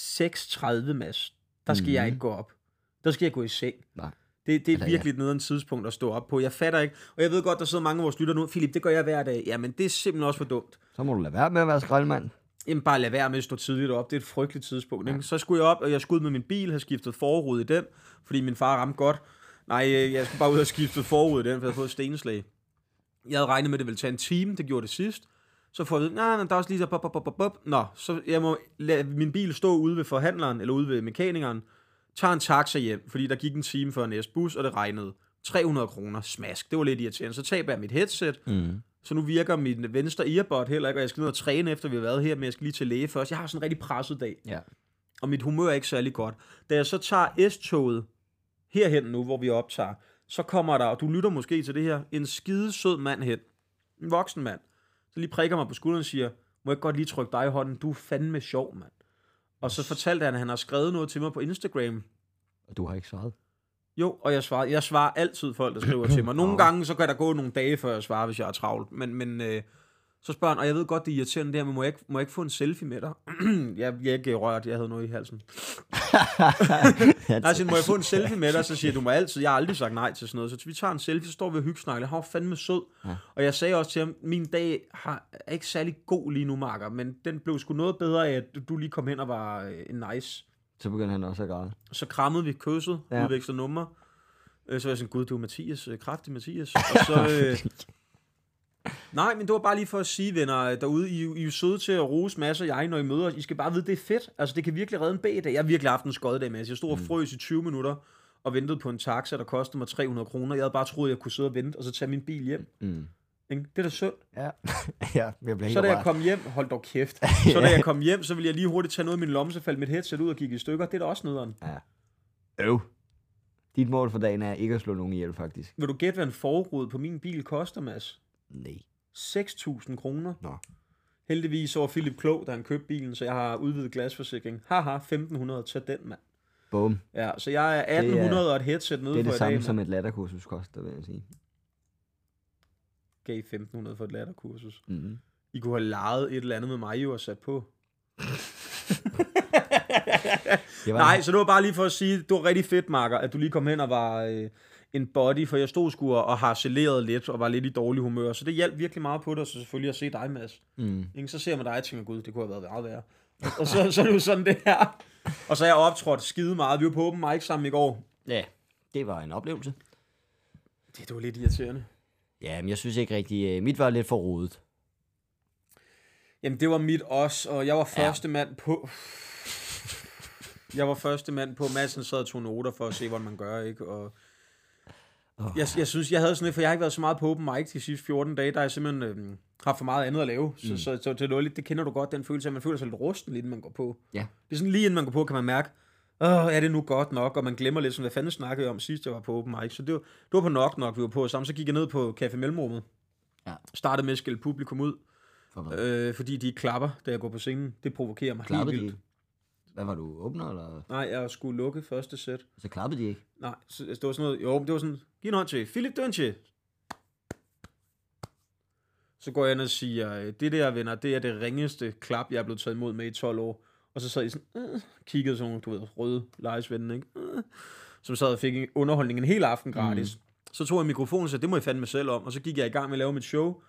A: 6.30, Mads. Der skal mm. jeg ikke gå op. Der skal jeg gå i seng.
B: Nej.
A: Det, det er
B: Mhm. Eller ja.
A: virkelig et nederen tidspunkt at stå op på. Jeg fatter ikke, og jeg ved godt, der sidder mange af vores lytter nu, Philip, det gør jeg hver dag. Jamen, det er simpelthen også for dumt.
B: Så må du lade være med at være skraldemand.
A: Jamen bare lad være med at stå tidligt op. Det er et frygteligt tidspunkt. Ikke? Så skulle jeg op, og jeg skulle ud med min bil, have skiftet forrude i den, fordi min far ramte godt. Nej, øh, jeg skulle bare ud og skifte forrude i den, for jeg havde fået et stenslag. Jeg havde regnet med, at det ville tage en time. Det gjorde det sidst. Så får jeg at vide, nej, nej, der er også lige der, bop, bop, bop, bop, bop. Nå, så jeg må lade min bil stå ude ved forhandleren, eller ude ved mekanikeren. Tager en taxa hjem, fordi der gik en time før næste bus, og det regnede. 300 kroner, smask. Det var lidt irriterende. Så taber jeg mit headset,
B: Mm.
A: så nu virker min venstre earbud heller ikke, og jeg skal ned og træne efter, vi har været her, men jeg skal lige til læge først. Jeg har sådan en rigtig presset dag,
B: Ja.
A: og mit humør er ikke særlig godt. Da jeg så tager S-toget herhen nu, hvor vi optager, så kommer der, og du lytter måske til det her, en skide sød mand hen. En voksen mand. Så lige prikker mig på skulderen og siger, må jeg ikke godt lige trykke dig i hånden, du er fandme sjov, mand. Og så fortalte han, at han har skrevet noget til mig på Instagram,
B: Og du har
A: [LAUGHS]
B: ikke svaret.
A: jo, og jeg svarer, jeg svarer altid folk, der skriver til mig. Nogle gange, så kan der gå nogle dage, før jeg svarer, hvis jeg er travlt. Men, men øh, så spørger han, og jeg ved godt, det er irriterende det her, men må jeg ikke, må jeg ikke få en selfie med dig? [CLEARS THROAT] jeg, jeg er ikke rørt, jeg havde noget i halsen. Nej, så må jeg få en selfie med dig? Så siger jeg, du må altid, jeg har aldrig sagt nej til sådan noget. Så vi tager en selfie, så står vi og hyggesnakker. Han var fandme sød.
B: Ja.
A: Ja. Og jeg sagde også til ham, min dag har, er ikke særlig god lige nu, Marker, men den blev sgu noget bedre af, at du- du lige kom hen og var øh, en nice.
B: Så begynder han også at græde.
A: Så krammede vi kysset,
B: Ja.
A: ja. udvekslede numre. Øh, så var jeg sådan, gud, du er Mathias, øh, kraftig Mathias. Og så, øh, nej, men det var bare lige for at sige, venner øh, derude, I, er jo- I er jo søde til at rose masser af jer, når I møder os. I skal bare vide, det er fedt. Altså, det kan virkelig redde en B-dag. Jeg har virkelig haft en skød dag, Mads. Jeg stod og frøs i 20 minutter og ventede på en taxa, der kostede mig 300 kroner. Jeg havde bare troet, jeg kunne sidde og vente, og så tage min bil hjem.
B: Mm.
A: Ikke? Det er da sundt.
B: Ja. [LAUGHS] ja, jeg bliver helt
A: Så da jeg
B: rørt.
A: kom hjem, hold dog kæft. Så da jeg kom hjem, så ville jeg lige hurtigt tage noget af min lomme, så faldt mit headset ud og gik i stykker. Det er da også nederen.
B: Øv. Dit mål for dagen er ikke at slå nogen ihjel, faktisk.
A: Vil du gætte, hvad en forrud på min bil koster, Mads?
B: Nej.
A: 6.000 kroner.
B: Nå.
A: Heldigvis så var Philip klog, da han købte bilen, så jeg har udvidet glasforsikring. Haha, 1.500, tag den, mand.
B: Bum.
A: Ja, så jeg er
B: Det er-
A: 1.800 og et headset nede
B: Det er
A: for
B: det
A: i dag,
B: samme
A: mand.
B: som et latterkursus koster, vil jeg sige.
A: Gav 1.500 for et latterkursus.
B: Mm.
A: I kunne have lejet et eller andet med mig, jo, og sat
B: [LAUGHS]
A: på.
B: Det var
A: Nej, så det var bare lige for at sige, det var rigtig fedt, Marker, at du lige kom hen og var øh, en body, for jeg stod sgu og og harceleret lidt, og var lidt i dårlig humør, så det hjalp virkelig meget på dig, og så selvfølgelig at se dig, Mads.
B: Mm.
A: Ikke? Så ser man dig og tænker, gud, det kunne have været meget værre. og så, så er det jo sådan det her. Og så er jeg optrådt skide meget. Vi var på open mic sammen i går.
B: Ja, det var en oplevelse.
A: Det, det var lidt irriterende.
B: Ja, men jeg synes ikke rigtigt, øh, mit var lidt for rodet.
A: Jamen, det var mit også, og jeg var første mand på... Jeg var første mand på, Madsen sad og tog noter for at se, hvordan man gør, ikke? Og
B: Åh.
A: jeg, jeg synes, jeg havde sådan lidt, for jeg har ikke været så meget på open mic de sidste 14 dage, der har jeg simpelthen øh, haft for meget andet at lave. Så, mm. så, så det, var lidt, det kender du godt, den følelse, at man føler sig lidt rusten, lige inden man går på.
B: Ja.
A: Det er sådan, lige inden man går på, kan man mærke, Åh, er det nu godt nok? Og man glemmer lidt, sådan, hvad fanden snakkede jeg om sidst, jeg var på open mic. Så det var, det var på nok nok, vi var på sammen. Så gik jeg ned på Café Mellemrummet.
B: Ja.
A: Startede med at skælde publikum ud.
B: For hvad?
A: Øh, fordi de ikke klapper, da jeg går på scenen. Det provokerer mig
B: klappede
A: helt
B: de
A: vildt.
B: ikke? Hvad var du, åbner, eller?
A: Nej, jeg skulle lukke første sæt.
B: Så klappede de ikke?
A: Nej, så, altså, det var sådan noget. Jo, det var sådan, giv en hånd til Philip Dønche. Så går jeg ind og siger, øh, det der, venner, det er det ringeste klap, jeg er blevet taget imod med i 12 år. Og så sad I sådan, øh, kiggede sådan nogle, du ved, røde lejesvende, ikke? Øh, som sad og fik en underholdning en hel aften gratis. Mm. Så tog jeg mikrofonen og sagde, det må jeg fandme selv om. Og så gik jeg i gang med at lave mit show.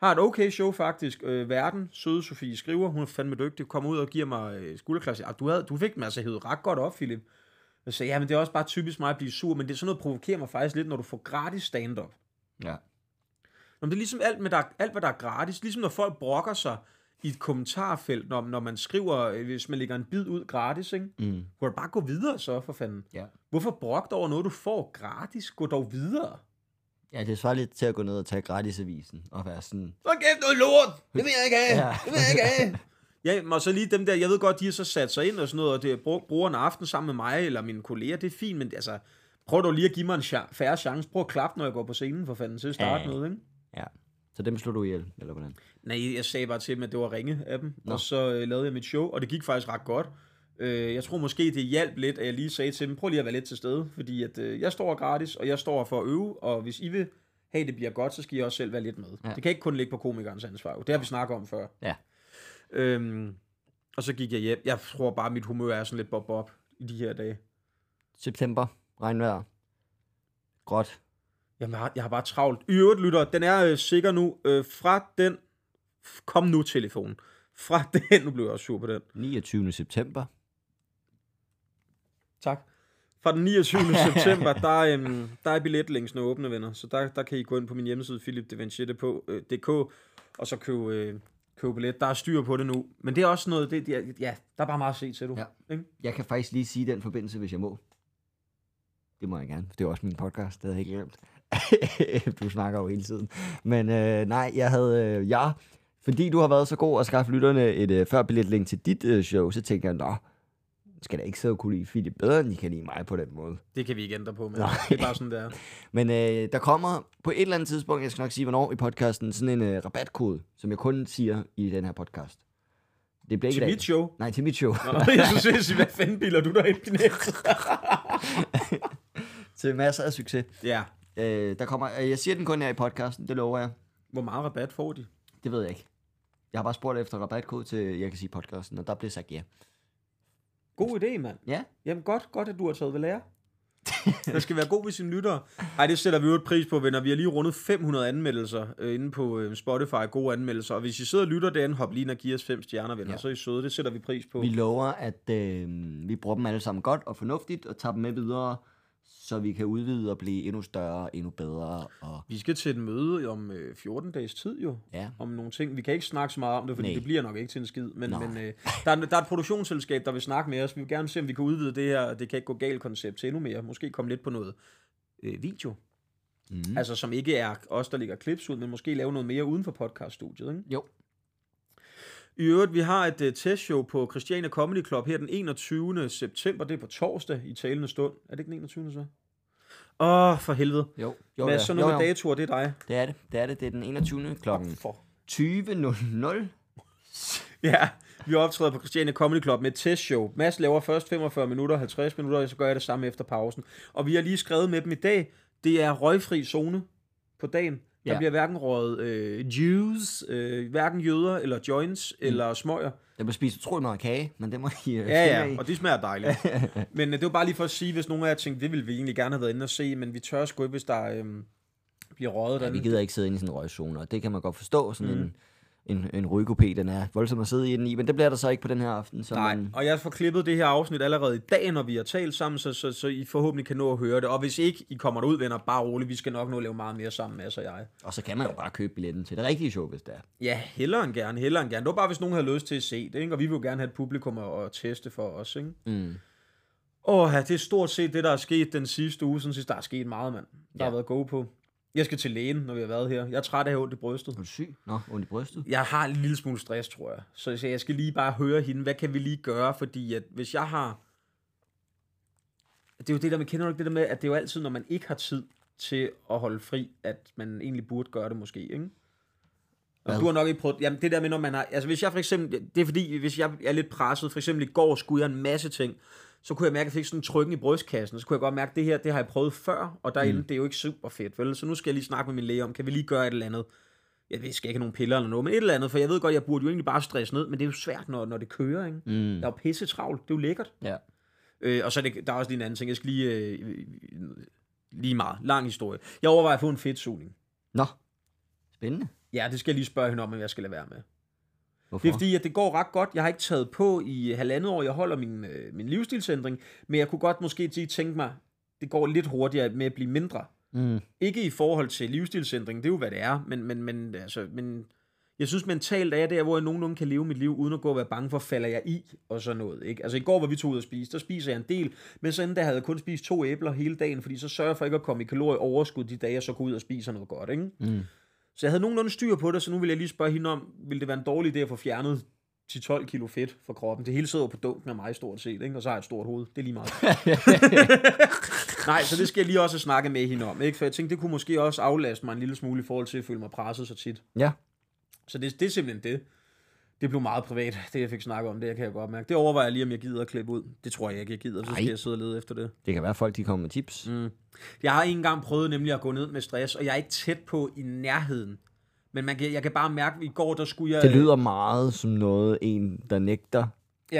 A: Har et okay show faktisk. Øh, verden, søde Sofie skriver, hun er fandme dygtig, kommer ud og giver mig øh, skulderklasse. Ah, du, havde, du fik den altså hævet ret godt op, Philip. Jeg sagde, ja, men det er også bare typisk mig at blive sur, men det er sådan noget, der provokerer mig faktisk lidt, når du får gratis stand-up.
B: Ja.
A: Nå, men det er ligesom alt, med der, alt, hvad der er gratis. Ligesom når folk brokker sig i et kommentarfelt, når, når man skriver, øh, hvis man lægger en bid ud gratis, ikke?
B: Mm.
A: Kunne du bare gå videre så, for fanden?
B: Ja.
A: Hvorfor brokke dig over noget, du får gratis? Gå dog videre.
B: Ja, det svarer lidt til at gå ned og tage gratisavisen og være sådan...
A: Så kæft noget lort! Det vil jeg ikke have!
B: Ja.
A: Det vil jeg ikke have! [LAUGHS] Ja, og så lige dem der, jeg ved godt, de har så sat sig ind og sådan noget, og det brug- bruger en aften sammen med mig eller mine kolleger, det er fint, men altså, prøv dog lige at give mig en cha- færre chance. Prøv at klappe, når jeg går på scenen, for fanden, til at starte
B: Ja.
A: med, ikke?
B: Ja. Så dem slog du ihjel, eller hvordan?
A: Nej, jeg sagde bare til dem, at det var ringe af dem, Nå. og så øh, lavede jeg mit show, og det gik faktisk ret godt. Øh, jeg tror måske, det hjalp lidt, at jeg lige sagde til dem, prøv lige at være lidt til stede, fordi at, øh, jeg står gratis, og jeg står for at øve, og hvis I vil have, det bliver godt, så skal I også selv være lidt med. Ja.
B: Ja.
A: Det kan ikke kun ligge på komikernes ansvar, jo. det har vi snakket om før.
B: Ja.
A: Øhm, og så gik jeg hjem. Jeg tror bare, mit humør er sådan lidt bob-bob i de her dage.
B: September, regnvejr, gråt.
A: Jamen, jeg har, jeg har bare travlt. I øvrigt, lytter, den er øh, sikker nu. Øh, fra den... Kom nu, telefonen. Fra [LAUGHS] den... Nu blev jeg også sur på den.
B: 29. september.
A: Tak. Fra den 29.
B: [LAUGHS]
A: september, der, øhm, der er billetlinksene åbne, venner. Så der, der kan I gå ind på min hjemmeside, philipdevanchette.dk, øh, og så købe, øh, købe billet. Der er styr på det nu. Men det er også noget, det, det er- ja, der er bare meget at se til, du.
B: Ja.
A: Ikke?
B: Jeg kan faktisk lige sige den forbindelse, hvis jeg må. Det må jeg gerne, for det er også min podcast, det havde jeg ikke glemt. [LAUGHS] du snakker jo hele tiden. Men øh, nej, jeg havde... Øh, ja, fordi du har været så god at skaffe lytterne et øh, førbilletlink til dit øh, show, så tænkte jeg, nå, skal da ikke sidde og kunne lide Philip bedre, end de kan lide mig på den måde.
A: Det kan vi ikke ændre på, men
B: Nej.
A: det er bare sådan, det
B: [LAUGHS]
A: er.
B: Men øh, der kommer på et eller andet tidspunkt, jeg skal nok sige, hvornår i podcasten, sådan en øh, rabatkode, som jeg kun siger i den her podcast. Det bliver ikke
A: Til
B: i dag.
A: mit show.
B: Nej, til mit show.
A: Nå, jeg synes, jeg siger, hvad fanden biler du dig ind i næste?
B: [LAUGHS] til masser af succes.
A: [LAUGHS] ja.
B: Øh, der kommer, øh, jeg siger den kun her i podcasten, det lover jeg.
A: Hvor meget rabat får de?
B: Det ved jeg ikke. Jeg har bare spurgt efter rabatkode til, jeg kan sige podcasten, og der blev sagt ja.
A: God idé, mand.
B: Ja,
A: Jamen godt, godt, at du har taget ved [LAUGHS] lære. Man skal være god ved sine lyttere. Ej, det sætter vi jo et pris på, venner. Vi har lige rundet 500 anmeldelser øh, inde på øh, Spotify. Gode anmeldelser. Og hvis I sidder og lytter derinde, hop lige ind og giver os fem stjerner, venner. Ja.
B: Ja.
A: Så er I søde. Det sætter vi pris på.
B: vi lover, at øh, vi bruger dem alle sammen godt og fornuftigt, og tager dem med videre, så vi kan udvide og blive endnu større, endnu bedre. Og
A: Vi skal til et møde om øh, 14 dages tid jo,
B: Ja.
A: om nogle ting. Vi kan ikke snakke så meget om det, fordi
B: Nej.
A: Nej. det bliver nok ikke til en skid. Men,
B: Nå.
A: men øh, der, er, der er et produktionsselskab, der vil snakke med os. Vi vil gerne se, om vi kan udvide det her, det kan ikke gå galt koncept til endnu mere. Måske komme lidt på noget øh, video.
B: mm.
A: Mm. Altså som ikke er os, der lægger clips ud, men måske lave noget mere uden for podcaststudiet. Ikke?
B: Jo.
A: I øvrigt, vi har et uh, testshow på Christiania Comedy Club her den 21. september. Det er på torsdag i talende stund. Er det ikke den 21. så? Åh, oh, for helvede.
B: Jo.
A: Jo, Mm. Mads, sådan noget med datoer, det er dig.
B: Det er det. Det er det. Det er den 21. klokken
A: For.
B: 20.00.
A: Ja, vi optræder på Christiania Comedy Club med et testshow. Mads laver først 45 minutter, 50 minutter, og så gør jeg det samme efter pausen. Og vi har lige skrevet med dem i dag, det er røgfri zone på dagen. Der
B: Ja.
A: ja. bliver hverken røget øh, juice, øh, hverken jøder eller joints mm. eller smøger.
B: Jeg må spise utrolig meget kage, men det må I øh, finde
A: Ja,
B: af.
A: ja, og de smager dejligt. [LAUGHS] men øh, det var bare lige for at sige, hvis nogen af jer tænkte, det ville vi egentlig gerne have været inde og se, men vi tør sgu ikke, hvis der øh, bliver røget
B: Ja, vi
A: derinde.
B: gider ikke sidde inde i sådan en røgzone, og det kan man godt forstå. Sådan mm. en, en, en rygekopé, den er voldsom at sidde i den i, men det bliver der så ikke på den her aften. Så
A: Nej,
B: Man,
A: og jeg får klippet det her afsnit allerede i dag, når vi har talt sammen, så, så, så I forhåbentlig kan nå at høre det. Og hvis ikke I kommer derud, venner, bare roligt, vi skal nok nå at lave meget mere sammen, Mads og jeg.
B: og så kan man jo bare købe billetten til det rigtige show, hvis det er.
A: Ja, hellere end gerne, hellere end gerne. Det var bare, hvis nogen havde lyst til at se det, ikke? og vi vil jo gerne have et publikum at, at teste for os. Ikke?
B: Mm.
A: Åh, ja, det er stort set det, der er sket den sidste uge, sådan set, der er sket meget, mand. Der ja. har
B: Ja.
A: været gode på. Jeg skal til lægen, når vi har været her. Jeg er træt af at have ondt i brystet.
B: Er du syg? Nå, ondt i brystet?
A: jeg har en lille smule stress, tror jeg. Så jeg, siger, jeg skal lige bare høre hende, hvad kan vi lige gøre, fordi at hvis jeg har... Det er jo det der med, kender du ikke det der med, at det er jo altid, når man ikke har tid til at holde fri, at man egentlig burde gøre det måske, ikke?
B: Hvad?
A: Og du har nok ikke prøvet... Jamen, det der med, når man har... Altså, hvis jeg for eksempel... Det er fordi, hvis jeg er lidt presset, for eksempel i går skulle jeg en masse ting, så kunne jeg mærke, at jeg fik sådan en trykken i brystkassen, og så kunne jeg godt mærke, at det her, det har jeg prøvet før, og derinde, mm. det er jo ikke super fedt, vel? Så nu skal jeg lige snakke med min læge om, kan vi lige gøre et eller andet? jeg ved, skal ikke have nogen piller eller noget, men et eller andet, for jeg ved godt, jeg burde jo egentlig bare stresse ned, men det er jo svært, når, når det kører, ikke? Mm.
B: Mm.
A: Der er jo pisse travlt, det er jo lækkert.
B: Ja.
A: Øh, og så er det, der er også lige en anden ting, jeg skal lige, øh, lige meget, lang historie. Jeg overvejer at få en fedtsugning.
B: Nå, spændende.
A: Ja, det skal jeg lige spørge hende om, hvad jeg skal lade være med.
B: Hvorfor?
A: Det er fordi, at det går ret godt. Jeg har ikke taget på i halvandet år, jeg holder min, øh, min livsstilsændring, men jeg kunne godt måske lige tænke mig, det går lidt hurtigere med at blive mindre.
B: Mm.
A: Ikke i forhold til livsstilsændring, det er jo hvad det er, men, men, men, altså, men jeg synes mentalt er jeg der, hvor jeg nogenlunde kan leve mit liv, uden at gå og være bange for, falder jeg i og sådan noget. Ikke? Altså i går var vi to ud at spise, der spiser jeg en del, men så inden der havde jeg kun spist to æbler hele dagen, fordi så sørger jeg for ikke at komme i kalorieoverskud de dage, jeg så går ud og spiser noget godt. Ikke?
B: Mm.
A: Så jeg havde nogenlunde styr på det, så nu vil jeg lige spørge hende om, vil det være en dårlig idé at få fjernet 10-12 kilo fedt fra kroppen? Det hele sidder jo på dunken af mig stort set, ikke? og så har jeg et stort hoved. Det er lige meget. Nej, så det skal jeg lige også snakke med hende om, ikke? for jeg tænkte, det kunne måske også aflaste mig en lille smule i forhold til at føle mig presset så tit.
B: Ja.
A: Så det, det er simpelthen det. Det blev meget privat, det jeg fik snakket om, det kan jeg godt mærke. Det overvejer jeg lige, om jeg gider at klippe ud. Det tror jeg ikke, jeg gider, så skal
B: Ej.
A: jeg sidde og lede efter det.
B: Det kan være, folk de kommer med tips. Mm.
A: Jeg har ikke engang prøvet nemlig at gå ned med stress, og jeg er ikke tæt på i nærheden. Men man kan, jeg kan bare mærke, at i går, der skulle jeg...
B: Det lyder meget som noget, en der nægter.
A: Ja,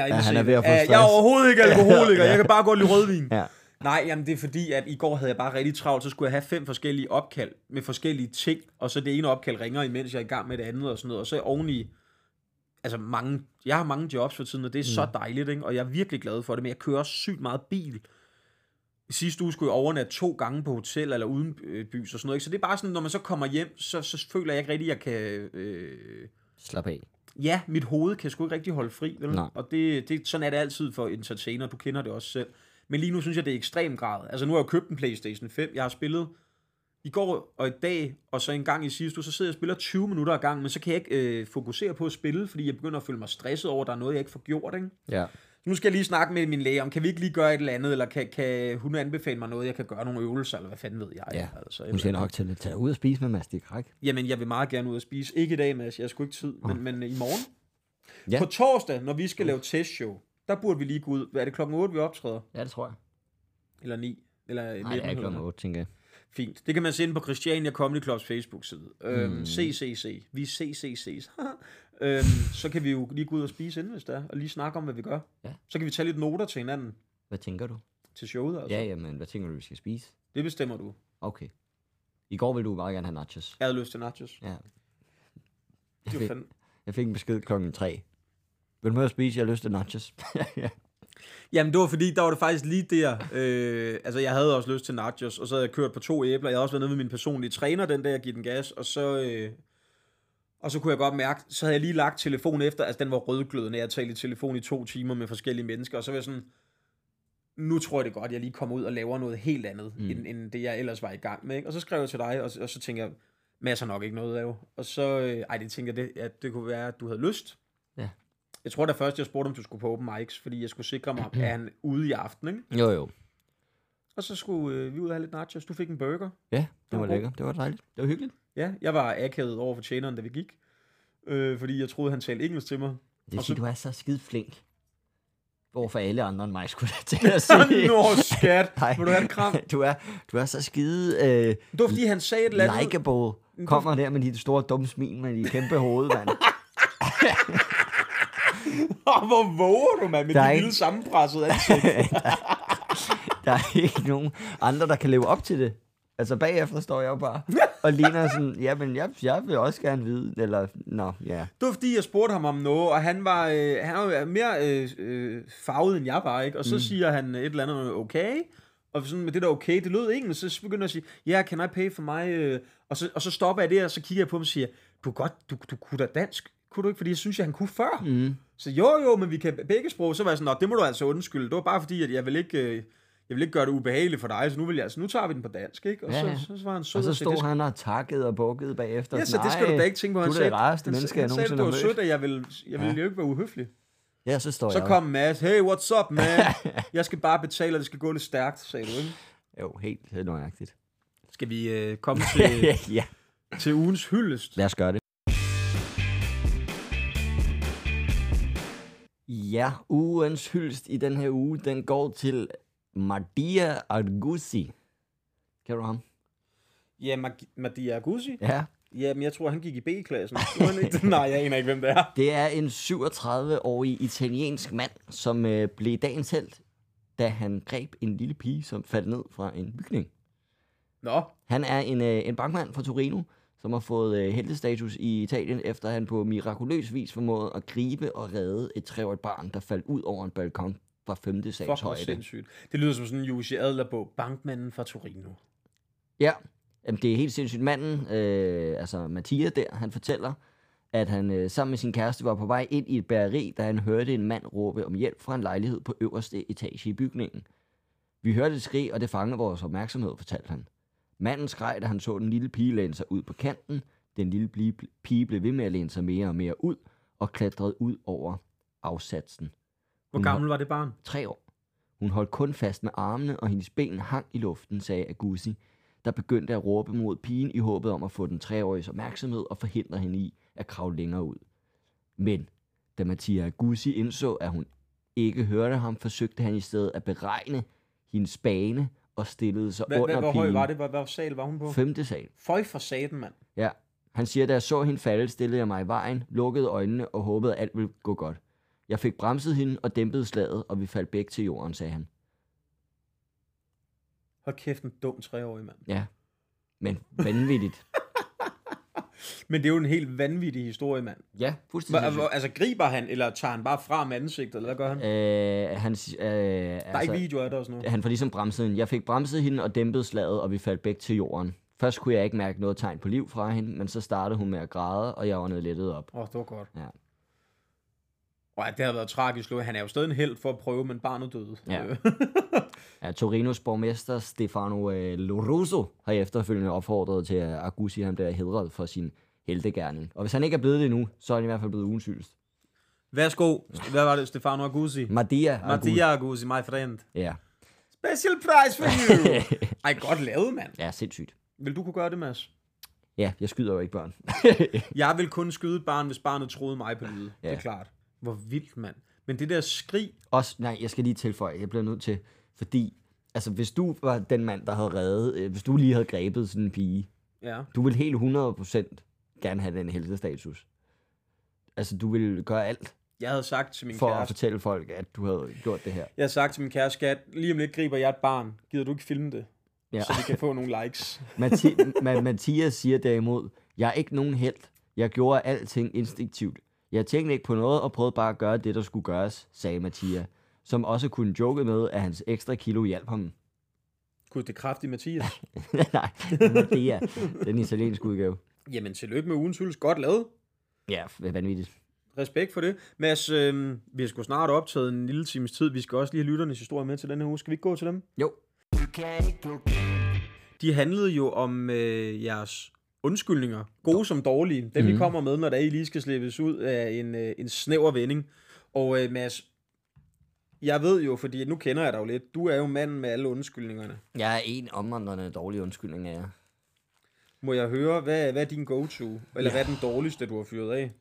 B: Ja,
A: ja,
B: han er ved at få stress.
A: Jeg er overhovedet ikke alkoholiker, jeg kan bare godt lide rødvin.
B: Ja.
A: Nej, jamen det er fordi, at i går havde jeg bare rigtig travlt, så skulle jeg have fem forskellige opkald med forskellige ting, og så det ene opkald ringer, imens jeg er i gang med det andet og sådan noget, og så oveni, altså mange, jeg har mange jobs for tiden, og det er mm. så dejligt, ikke? og jeg er virkelig glad for det, men jeg kører også sygt meget bil. I sidste uge skulle jeg overnatte to gange på hotel eller uden øh, bys og sådan noget, ikke? så det er bare sådan, når man så kommer hjem, så, så føler jeg ikke rigtig, at jeg kan... Øh,
B: Slap af.
A: ja, mit hoved kan sgu ikke rigtig holde fri. Vel?
B: Nej.
A: Og det, det, sådan er det altid for entertainer, du kender det også selv. Men lige nu synes jeg, det er ekstrem grad. Altså nu har jeg jo købt en Playstation 5, jeg har spillet i går og i dag, og så en gang i sidste uge, så sidder jeg og spiller 20 minutter ad gangen, men så kan jeg ikke øh, fokusere på at spille, fordi jeg begynder at føle mig stresset over, at der er noget, jeg ikke får gjort. Ikke?
B: Ja.
A: Nu skal jeg lige snakke med min læge om, kan vi ikke lige gøre et eller andet, eller kan, kan hun anbefale mig noget, jeg kan gøre nogle øvelser, eller hvad fanden ved jeg.
B: Ja.
A: altså,
B: Nu skal jeg nok til at tage ud og spise med Mads Stig Krak.
A: Jamen, jeg vil meget gerne ud og spise. Ikke i dag, Mads. Jeg skulle ikke tid, men, men øh, i morgen.
B: Ja.
A: Ja. På torsdag, når vi skal lave testshow, der burde vi lige gå ud. Hvad er det klokken 8, vi optræder?
B: Ja, det tror jeg.
A: Eller 9? Eller
B: Nej, det er
A: 19,
B: ikke klokken
A: eller-
B: 8, tænker jeg.
A: Fint. Det kan man se inde på Christiania Comedy Clubs Facebook-side. Øhm,
B: Hmm.
A: CCC. Vi er CCC's. [LAUGHS] øhm, så kan vi jo lige gå ud og spise inden, hvis der er, og lige snakke om, hvad vi gør.
B: Ja.
A: Så kan vi tage lidt noter til hinanden
B: Hvad tænker du?
A: til showet. Altså.
B: Ja,
A: Ja.
B: jamen, hvad tænker du, vi skal spise?
A: Det bestemmer du.
B: Okay. I går ville du bare gerne have nachos.
A: Jeg havde lyst til nachos.
B: Ja. Jeg
A: Det var
B: fik, [LAUGHS]
A: fandme...
B: jeg fik en besked klokken 3. Vil du med at spise? Jeg har lyst til nachos. [LAUGHS]
A: Jamen, det var fordi, der var det faktisk lige der. Øh, altså, jeg havde også lyst til nachos, og så havde jeg kørt på to æbler. Jeg havde også været nede med min personlige træner den dag, jeg gik den gas, og så... Øh, og så kunne jeg godt mærke, så havde jeg lige lagt telefonen efter, altså den var rødglødende, jeg talte i telefon i to timer med forskellige mennesker, og så var jeg sådan, nu tror jeg det godt, jeg lige kommer ud og laver noget helt andet, mm. end, end det jeg ellers var i gang med. Ikke? Og så skrev jeg til dig, og, og så tænker jeg, masser nok ikke noget af jo. Og så, øh, ej det tænker jeg, det, at det kunne være, at du havde lyst.
B: Ja.
A: Jeg tror da først, jeg spurgte, om du skulle på open mics, fordi jeg skulle sikre mig, at han ude i aften, ikke?
B: Jo, jo.
A: Og så skulle øh, vi ud og have lidt nachos. Du fik en burger.
B: Ja, det
A: var
B: var
A: god.
B: lækkert. Det var dejligt. Det var hyggeligt.
A: Ja, jeg var akavet over for tjeneren, da vi gik. Øh, fordi jeg troede, han talte engelsk til mig.
B: Det vil
A: Og så-
B: sige, du er så skide flink. Hvorfor alle andre end mig skulle jeg
A: [LAUGHS]
B: til at [LAUGHS] sige.
A: Nå, skat.
B: Nej.
A: Vil du have et kram?
B: [LAUGHS] Du er, du er så skide øh,
A: Det var, fordi han sagde et eller andet.
B: likeable. Kommer der med dit store dumme smil med dit kæmpe hoved, mand.
A: [LAUGHS] Åh, Hvor våger du, mand, med
B: Der er
A: dit
B: ikke-
A: lille sammenpressede ansigt?
B: Der er ikke nogen andre, der kan leve op til det. Altså bagefter står jeg jo bare og ligner sådan, ja, men jeg, jeg vil også gerne vide, eller, nå, ja.
A: Det var fordi, jeg spurgte ham om noget, og han var, øh, han var jo mere øh, øh, farvet, end jeg var, ikke? Og så mm. siger han et eller andet, okay, og sådan med det der okay, det lød engelsk, så begynder jeg at sige, ja, yeah, can I pay for mig? øh? Og så, og så stopper jeg der, og så kigger jeg på ham og siger, du, er godt, du, du kunne da dansk, kunne du ikke? Fordi jeg synes, at han kunne før. Mm. Så jo, jo, men vi kan begge sprog. Så var jeg sådan, "Nå, det må du altså undskylde. Det var bare fordi, at jeg vil ikke... Øh, jeg vil ikke gøre det ubehageligt for dig, så nu, vil jeg, altså, nu tager vi den på dansk, ikke? Og
B: Ja,
A: ja,
B: ja.
A: ja. Så, så, var han sød
B: Og så
A: og sagde, "Det
B: stod han og takkede og bukkede bagefter.
A: Ja,
B: og
A: så
B: sådan,
A: det skal
B: "Ej,
A: du da ikke tænke på.
B: Du er da det rareste
A: han
B: menneske, jeg
A: sagde-
B: nogensinde
A: Han
B: har
A: sagde, det var sødt,
B: mødt.
A: at jeg ville, jeg ville ja. jo ikke være uhøflig.
B: Ja, så står
A: Så
B: jeg
A: kom Mads, hey, what's up,
B: [LAUGHS]
A: man? jeg skal bare betale, og det skal gå lidt stærkt, sagde du, ikke?
B: Jo, helt helt nøjagtigt. [LAUGHS]
A: Skal vi øh, komme til,
B: ja,
A: til ugens hyldest?
B: lad os gøre det. Ja, ugens hyldest i den her uge, den går til Madia Argusi. Kan du ham?
A: Ja, Mag- Madia Guzzi.
B: Ja.
A: Ja, men jeg tror, han gik i
B: [LAUGHS]
A: B-klassen. Gjorde han ikke det? Nej, jeg aner ikke, hvem det er.
B: Det er en 37-årig italiensk mand, som øh, blev dagens held, da han greb en lille pige, som faldt ned fra en bygning.
A: Nå,
B: Han er en, øh, en bankmand fra Torino, som har fået øh, heldestatus i Italien, efter han på mirakuløs vis formåede at gribe og redde et treårigt barn, der faldt ud over en balkon fra 5.
A: fuck
B: sals
A: hvor
B: højde.
A: sindssygt. Det lyder som sådan en Jussi Adlerbog, bankmanden fra Torino.
B: Ja, Jamen, det er helt sindssygt. Manden, øh, altså Mathias der, han fortæller, at han øh, sammen med sin kæreste var på vej ind i et bageri, da han hørte en mand råbe om hjælp fra en lejlighed på øverste etage i bygningen. Vi hørte et skrig, og det fangede vores opmærksomhed, fortalte han. Manden skreg, da han så den lille pige læne sig ud på kanten. Den lille bli- pige blev ved med at læne sig mere og mere ud, og klatrede ud over afsatsen.
A: Hvor
B: Hun-
A: gammel var det barn?
B: Tre år. Hun holdt kun fast med armene, og hendes ben hang i luften, sagde Agusi, der begyndte at råbe mod pigen i håbet om at få den treåriges opmærksomhed og forhindre hende i at kravle længere ud. Men da Mattia Agusi indså, at hun ikke hørte ham, forsøgte han i stedet at beregne hendes bane og stillede sig
A: Hvad,
B: under
A: hvad, hvor høj
B: pigen.
A: var det? Hvad, hvad sal var hun på?
B: Femte sal.
A: Føj for satan, mand.
B: Ja. Han siger, da jeg så hende falde, stillede jeg mig i vejen, lukkede øjnene og håbede, at alt ville gå godt. Jeg fik bremset hende og dæmpede slaget, og vi faldt begge til jorden, sagde han.
A: Hold kæft, en dum treårig mand.
B: Ja. Men vanvittigt.
A: Men det er jo en helt vanvittig historie, mand.
B: ja, fuldstændig.
A: Hva, hva, altså griber han, eller tager han bare fra med ansigtet, eller hvad gør han? Der
B: Øh, han, si- øh,
A: er ikke
B: altså,
A: video af det også nu.
B: han får ligesom bremset hende. Jeg fik bremset hende og dæmpet slaget, og vi faldt begge til jorden. Først kunne jeg ikke mærke noget tegn på liv fra hende, men så startede hun med at græde, og jeg åndede lettet op.
A: Åh, oh, det var godt.
B: Ja.
A: Og det har været tragisk, Lo. Han er jo stadig en held for at prøve, men barnet døde.
B: Ja.
A: Øh,
B: Ja, Torinos borgmester Stefano øh, Loruso har efterfølgende opfordret til, at Agusi han bliver hedret for sin heltegærning. Og hvis han ikke er blevet det nu, så er han i hvert fald blevet ugens hyldest.
A: [LAUGHS] Værsgo. Hvad var det, Stefano Aguzzi?
B: Madia. Agusi.
A: Mattia Aguzzi, my friend.
B: Ja.
A: Special prize for you!
B: [LAUGHS]
A: Ej, godt lavet, mand.
B: ja, sindssygt.
A: Vil du kunne gøre det, Mads?
B: Ja, jeg skyder jo ikke børn.
A: Jeg vil kun skyde et barn, hvis barnet troede mig på lyde. Ja. Det
B: Ja.
A: er klart. Hvor vildt, mand. Men det der skrig,
B: Også, nej, jeg skal lige tilføje, jeg bliver nødt til, fordi, altså hvis du var den mand, der havde reddet, øh, hvis du lige havde grebet sådan en pige,
A: ja.
B: du ville helt 100% gerne have den heltestatus. Altså, du ville gøre alt
A: Jeg havde sagt til min
B: for at
A: kæreste,
B: fortælle folk, at du havde gjort det her.
A: jeg havde sagt til min kæreste, skat, lige om lidt griber jeg et barn. Gider du ikke filme det?
B: Ja.
A: Så vi kan få nogle likes.
B: Mathi, Ma- Mathias siger derimod, jeg er ikke nogen held. Jeg gjorde alting instinktivt. Jeg tænkte ikke på noget og prøvede bare at gøre det, der skulle gøres, sagde Mathias. som også kunne joke med, at hans ekstra kilo hjalp ham.
A: Gud, det er kraftigt, Mathias.
B: [LAUGHS] Nej, det var det er den italienske udgave.
A: [LAUGHS] Jamen, tillykke med ugens hyldes. Godt lavet.
B: Ja, vanvittigt.
A: Respekt for det. Mads, øh, vi har sgu snart optaget en lille times tid. Vi skal også lige have lytternes historie med til den her uge. Skal vi ikke gå til dem?
B: Jo,
A: De handlede jo om øh, jeres undskyldninger, gode som dårlige, dem mm. vi kommer med, når der I lige skal slippes ud af en, øh, en snæver vending. Og øh, Mads, jeg ved jo, fordi nu kender jeg dig jo lidt, du er jo manden med alle undskyldningerne.
B: jeg er en omvandrende dårlig undskyldning af jer.
A: Må jeg høre, hvad, hvad er din go-to? Eller ja. hvad er den dårligste, du har fyret af?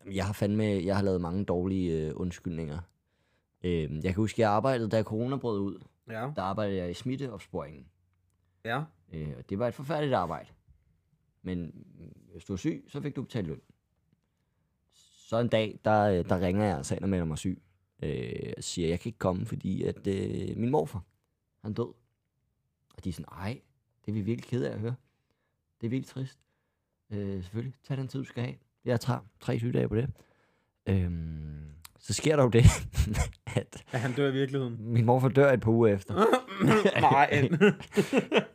B: Jamen, Jeg har fandme, jeg har lavet mange dårlige øh, undskyldninger. Øh, jeg kan huske, jeg arbejdede, da corona brød ud.
A: Ja,
B: Der arbejdede jeg i smitteopsporingen.
A: ja.
B: Øh, og det var et forfærdeligt arbejde. Men mm, hvis du var syg, så fik du betalt løn. Så en dag, der, øh, der ringer jeg altså ind og melder mig syg. Øh, og siger, jeg kan ikke komme, fordi at øh, min morfar, han er død. Og de er sådan, nej, det er vi virkelig ked af at høre. Det er virkelig trist. Øh, selvfølgelig, tag den tid, du skal have. Jeg tager tre sygedage på det. Øhm, så sker der jo det, [LAUGHS] at
A: At han dør i virkeligheden. [LAUGHS]
B: min morfar dør et par uger efter.
A: Nej,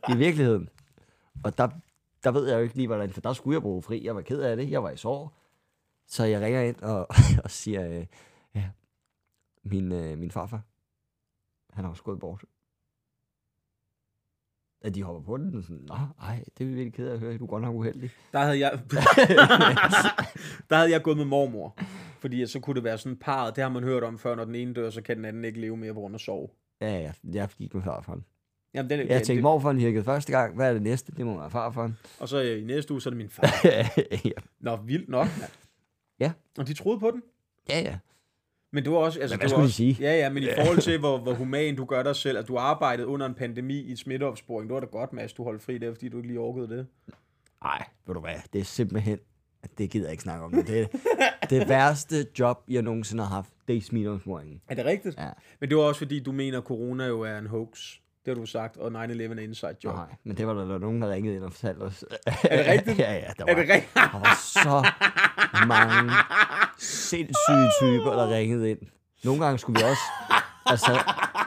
B: i virkeligheden. Og der, der ved jeg jo ikke lige, hvordan, for der skulle jeg bruge fri. Jeg var ked af det. Jeg var i sorg. Så jeg ringer ind og, [LAUGHS] og siger, øh, ja, min, øh, min farfar, han har også gået bort. At de hopper på den, og sådan, nå, ej, det er vi virkelig ked af at høre, du er godt nok uheldig.
A: der havde
B: [LAUGHS]
A: jeg... der havde jeg gået med mormor. Fordi så kunne det være sådan parret, det har man hørt om før, når den ene dør, så kan den anden ikke leve mere på grund af sorg.
B: Ja, ja, jeg gik med farfaren.
A: Jamen, den,
B: Jeg tænkte, morfaren virkede første gang, hvad er det næste? Det må være farfaren. [LAUGHS]
A: Og så øh, i næste uge, så er det min far.
B: ja,
A: Nå, vildt nok. mand.
B: Ja.
A: Og de troede på den.
B: ja, ja.
A: Men det var også... Altså,
B: Men hvad
A: det var
B: skulle de
A: også,
B: sige?
A: Ja, ja, men i forhold til, hvor, hvor human du gør dig selv, at du arbejdede under en pandemi i et smitteopsporing, det var da godt, Mads, du holdt fri der, fordi du ikke lige orkede det.
B: Nej, ved du hvad, det er simpelthen, det gider jeg ikke snakke om. nu. Det er det værste job, jeg nogensinde har haft, det er smitteopsporingen.
A: Er det rigtigt?
B: Ja.
A: Men det var også, fordi du mener, at corona jo er en hoax. Det har du sagt, og 9-11 er inside job.
B: Nej, men det var der, der nogen, der ringede ind og fortalte os.
A: Er det rigtigt?
B: [LAUGHS] ja, ja, der var,
A: Er det rigtigt? [LAUGHS]
B: der var så mange sindssyge typer, der ringede ind. Nogle gange skulle vi også altså,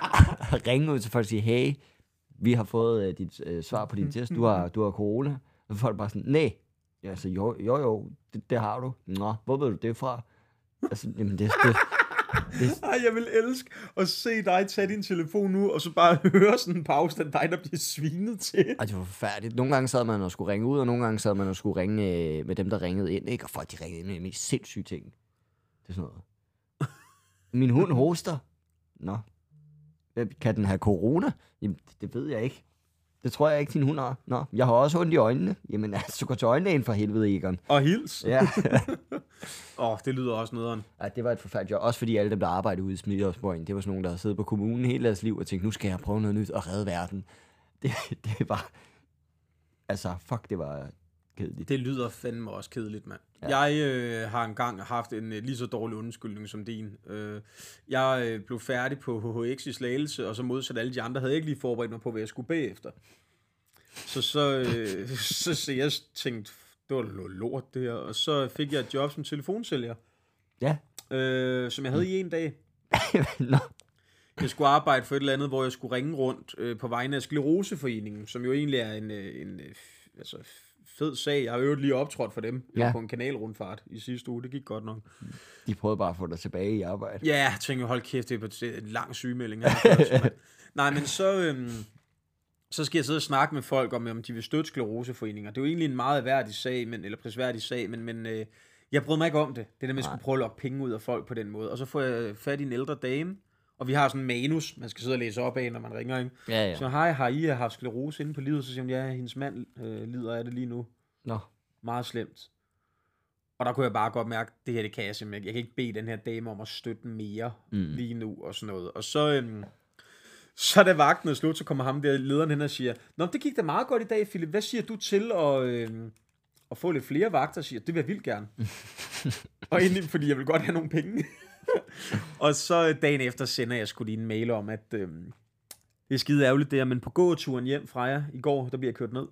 B: [LAUGHS] ringe ud til folk og sige, hey, vi har fået uh, dit uh, svar på din test, du har, du har corona. Og folk bare sådan, nej. Ja, altså, jo, jo, jo det, det, har du. Nå, hvor ved du det fra? Altså, jamen, det, det,
A: Ej, jeg vil elske at se dig tage din telefon nu, og så bare [LAUGHS] høre sådan en pause, den dig, der bliver svinet til.
B: Ej, det var forfærdeligt. Nogle gange sad man og skulle ringe ud, og nogle gange sad man og skulle ringe øh, med dem, der ringede ind, ikke? Og folk, de ringede ind med de mest sindssyge ting. Det er sådan noget. Min hund hoster. Nå. Hvem- Kan den have corona? Jamen, det, det ved jeg ikke. Det tror jeg ikke, din hund har. Nå, jeg har også ondt i øjnene. Jamen, altså, gå til øjenlægen for helvede, Egon.
A: Og hils. Åh,
B: Ja.
A: oh, det lyder også nederen.
B: Ej, det var et forfærdeligt job. Også fordi alle dem, der arbejdede ude i Smitteopsporingen, det var sådan nogen, der havde siddet på kommunen hele deres liv og tænkt, nu skal jeg prøve noget nyt og redde verden. [LAUGHS] Det, det var... Altså, fuck, det var kedeligt.
A: Det lyder fandme også kedeligt, mand. Ja. Jeg øh, har engang haft en øh, lige så dårlig undskyldning som din. Øh, jeg øh, blev færdig på HHX i Slagelse, og så modsat alle de andre, havde jeg ikke lige forberedt mig på, hvad jeg skulle bagefter. Så så, øh, [LAUGHS] så, så jeg tænkte, det var noget lort det her. Og så fik jeg et job som telefonsælger,
B: Ja. [LAUGHS]
A: øh, som jeg havde i en dag.
B: Nå,
A: Jeg skulle arbejde for et eller andet, hvor jeg skulle ringe rundt øh, på vegne af Skleroseforeningen, som jo egentlig er en, øh, en øh, f- altså, f- fed sag. Jeg har jo øvrigt lige optrådt for dem ja.
B: Ja.
A: på en kanalrundfart i sidste uge. Det gik godt nok.
B: de prøvede bare at få dig tilbage i arbejde.
A: Ja, jeg tænkte, hold kæft, det er på- det er en lang sygemelding. her først, altså, mand. Nej, men så, øhm, så skal jeg sidde og snakke med folk om, om de vil støtte skleroseforeninger. Det er jo egentlig en meget værdig sag, men, eller prisværdig sag, men, men øh, jeg brød mig ikke om det. Det der med, at skulle prøve at lokke penge ud af folk på den måde. Og så får jeg fat i en ældre dame, og vi har sådan en manus, man skal sidde og læse op af, når man ringer, ikke?
B: Ja,
A: Så hej, har I haft sklerose inde på livet? Så siger hun, ja, hendes mand øh, lider af det lige nu.
B: Nå.
A: Meget slemt. Og der kunne jeg bare godt mærke, det her, det kan jeg simpelthen ikke. Jeg kan ikke bede den her dame om at støtte mere mm. lige nu og sådan noget. Og så, øhm, så da vagten er slut, så kommer ham der lederen hen og siger, Nå, det gik da meget godt i dag, Philip. Hvad siger du til at, øhm, at få lidt flere vagter? Siger, jeg, det vil jeg vildt gerne. og egentlig, fordi jeg vil godt have nogle penge. [LAUGHS] og så øh, dagen efter sender jeg sgu lige en mail om, at... Øhm, det er skide ærgerligt det her, men på gåturen hjem fra jer i går, der bliver jeg kørt ned.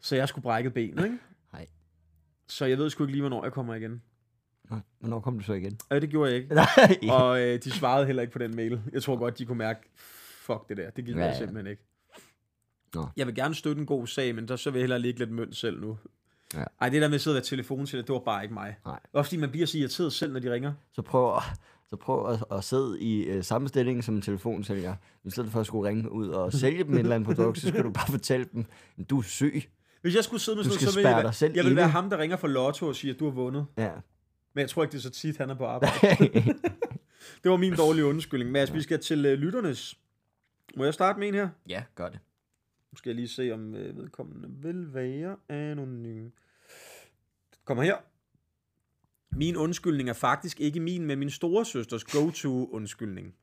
A: Så jeg skulle brækket benet, ikke?
B: [LAUGHS] Nej.
A: Så jeg ved sgu ikke lige, hvornår jeg kommer igen.
B: Nå, Hvornår kom du så igen?
A: Øh, det gjorde jeg ikke.
B: [LAUGHS] Nej.
A: Og øh, de svarede heller ikke på den mail. Jeg tror godt, de kunne mærke, fuck det der, det gider
B: Ja,
A: ja, jeg
B: ja.
A: simpelthen ikke.
B: Nå.
A: Jeg vil gerne støtte en god sag, men der så vil jeg hellere ligge lidt mønt selv nu.
B: Ja.
A: Ej, det der med at sidde og være telefonsælger, det var bare ikke mig.
B: Nej.
A: Også fordi man bliver så irriteret selv, når de ringer.
B: Så prøv, at- så prøv at, at sidde i øh, samme stilling som en telefonsælger. I stedet for at skulle ringe ud [LAUGHS] og sælge dem et eller andet produkt, så skal du bare fortælle dem, du er syg.
A: Hvis jeg skulle sidde med
B: Du
A: sådan
B: skal
A: noget, så ville jeg,
B: spærre
A: være-
B: dig selv
A: jeg ville
B: inde.
A: være ham, der ringer fra Lotto og siger, at du har vundet.
B: Ja.
A: Men jeg tror ikke, det er så tit, han er på arbejde. Det var min dårlige undskyldning. Mads, vi skal til øh, lytternes. Må jeg starte med en her?
B: [LAUGHS] ja, gør det.
A: Nu skal jeg lige se, om øh, vedkommende vil være anonym. Kommer her. Min undskyldning er faktisk ikke min, men min store søsters go-to-undskyldning.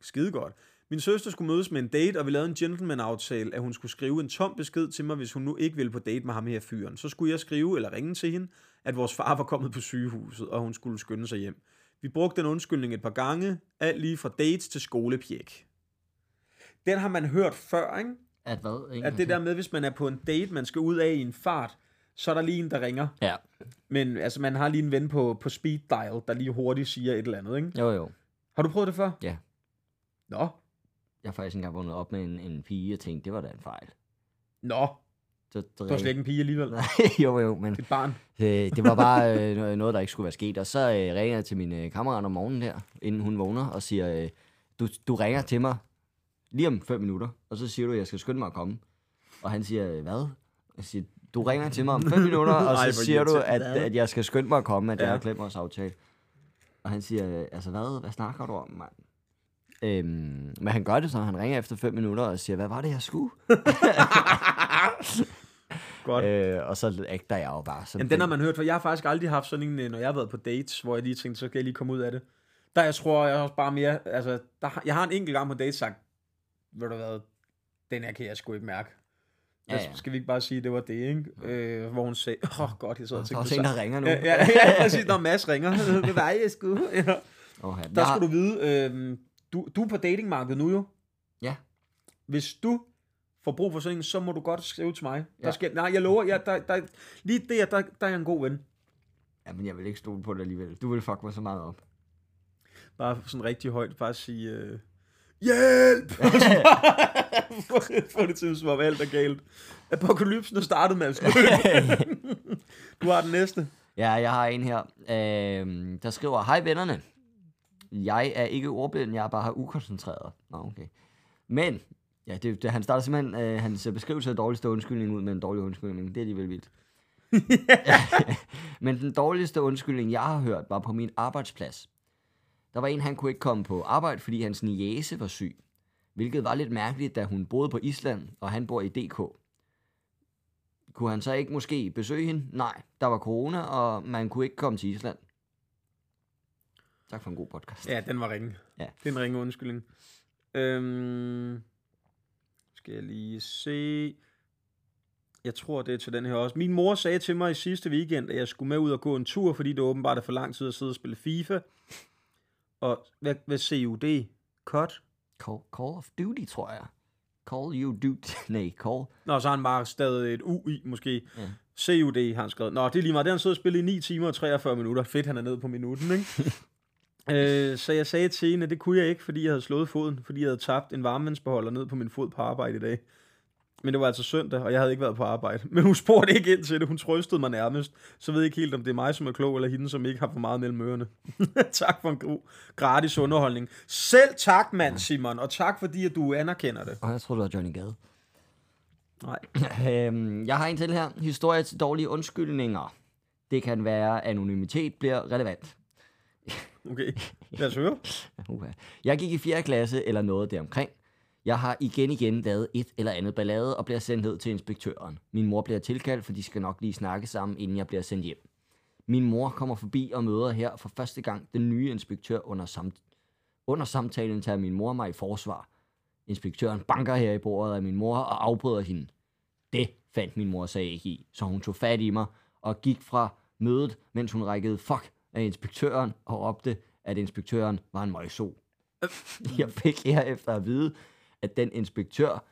A: Skide godt. Min søster skulle mødes med en date, og vi lavede en gentleman-aftale, at hun skulle skrive en tom besked til mig, hvis hun nu ikke ville på date med ham her fyren. Så skulle jeg skrive eller ringe til hende, at vores far var kommet på sygehuset, og hun skulle skynde sig hjem. Vi brugte den undskyldning et par gange, alt lige fra dates til skolepjek. Den har man hørt før, ikke?
B: At hvad? Ikke?
A: at det der med, hvis man er på en date, man skal ud af i en fart, så er der lige en, der ringer.
B: Ja,
A: Men altså, man har lige en ven på, på speed dial, der lige hurtigt siger et eller andet, ikke?
B: jo jo.
A: Har du prøvet det før?
B: Ja.
A: Nå.
B: Jeg har faktisk engang vundet op med en, en pige og tænkte, det var da en fejl.
A: Nå,
B: Så,
A: du er slet ikke en pige alligevel. Det
B: Nej, [LAUGHS] jo jo, men
A: er et barn.
B: øh, det var bare øh, noget- noget, der ikke skulle være sket. Og så øh, ringer jeg til min øh, kammerat om morgenen der, inden hun vågner, og siger, øh, du, du ringer til mig lige om 5 minutter, og så siger du, at jeg skal skynde mig at komme. Og han siger, "Øh, hvad? Jeg siger, du ringer til mig om 5 minutter,
A: [LAUGHS]
B: og så
A: Ej,
B: Ej,
A: hvor
B: siger du, at,
A: irriterende.
B: at jeg skal skynde mig at komme, at ja.
A: Ja.
B: jeg har glemt vores aftale. Og han siger, "Øh, altså hvad, hvad snakker du om, mand? Øhm, men han gør det så, han ringer efter 5 minutter og siger, hvad var det, jeg skulle?
A: Godt. Øh,
B: Øh, og så ægter jeg jo bare. Som
A: Jamen, den har man hørt, for jeg har faktisk aldrig haft sådan en, øh, når jeg har været på dates, hvor jeg lige tænkte, så skal jeg lige komme ud af det. Der jeg tror jeg også bare mere, altså, der, har- jeg har en enkelt gang på dates sagt, ved du hvad, den her kan jeg sgu ikke mærke.
B: Ja,
A: Altså,
B: ja.
A: Skal vi ikke bare sige, det var det, ikke? Øh, hvor hun sagde, åh, oh, godt, jeg sad og tænkte
B: Der er
A: det
B: også en,
A: samme."
B: der ringer nu.
A: Ja, ja, ja, præcis, når Mads ringer. Hvad var jeg skulle? Ja.
B: Okay.
A: Der skal du vide, øh, du, du er på datingmarkedet nu jo.
B: Ja.
A: Hvis du får brug for sådan en, så må du godt skrive til mig. Der
B: Ja.
A: skal, nej, jeg lover, ja, der, der, lige der, der, der er jeg en god ven.
B: Ja, men jeg vil ikke stole på det alligevel. Du vil fuck mig så meget op.
A: Bare sådan rigtig højt, bare sige, øh, hjælp! [LAUGHS] Og så bare få- Få det til, som om alt er galt. Apokalypsen er startet, Mads. du har den næste.
B: ja, jeg har en her, øh, der skriver, Hej vennerne. Jeg er ikke ordblind, jeg er bare her ukoncentreret. Nå, okay. Men, ja, det, det, han starter simpelthen, øh, hans beskrivelse af dårligste undskyldning ud med en dårlig undskyldning. Det er alligevel vildt. Men den dårligste undskyldning, jeg har hørt, var på min arbejdsplads. Der var en, han kunne ikke komme på arbejde, fordi hans niese var syg. Hvilket var lidt mærkeligt, da hun boede på Island, og han bor i DK. Kunne han så ikke måske besøge hende? Nej, der var corona, og man kunne ikke komme til Island. Tak for en god podcast.
A: Ja, den var ringe.
B: Ja.
A: Det er en ringe undskyldning. Øhm, skal jeg lige se. Jeg tror, det er til den her også. Min mor sagde til mig i sidste weekend, at jeg skulle med ud og gå en tur, fordi det åbenbart er for lang tid at sidde og spille FIFA. Og hvad, hvad CUD? Cut?
B: Call, call of Duty, tror jeg. Call you duty. [LAUGHS] Nej, call.
A: Nå, så har han bare stadig et U i, måske.
B: Ja.
A: CUD har han skrevet. Nå, det er lige meget. Det har han siddet og spillet i 9 timer og 43 minutter. Fedt, han er nede på minutten, ikke? øh, så jeg sagde til hende, at det kunne jeg ikke, fordi jeg havde slået foden, fordi jeg havde tabt en varmevandsbeholder ned på min fod på arbejde i dag. Men det var altså søndag, og jeg havde ikke været på arbejde. [LAUGHS] Men hun spurgte ikke ind til det. Hun trøstede mig nærmest. Så ved jeg ikke helt, om det er mig, som er klog, eller hende, som ikke har for meget mellem ørerne. [LAUGHS] tak for en god, gratis underholdning. Selv tak, mand, Simon. Og tak, fordi at du anerkender det.
B: Og jeg tror, det var Johnny Gade.
A: Nej.
B: øhm, jeg har en til her. Historie til dårlige undskyldninger. Det kan være, at anonymitet bliver relevant.
A: Okay. Lad os høre.
B: Uha. Jeg gik i 4. klasse eller noget deromkring. Jeg har igen igen lavet et eller andet ballade og bliver sendt ned til inspektøren. Min mor bliver tilkaldt, for de skal nok lige snakke sammen, inden jeg bliver sendt hjem. Min mor kommer forbi og møder her for første gang den nye inspektør under, samt- under samtalen tager min mor mig i forsvar. Inspektøren banker her i bordet af min mor og afbryder hende. Det fandt min mor sig ikke i, så hun tog fat i mig og gik fra mødet, mens hun rækkede fuck af inspektøren og råbte, at inspektøren var en møgso. [LAUGHS] Jeg fik herefter at vide, at den inspektør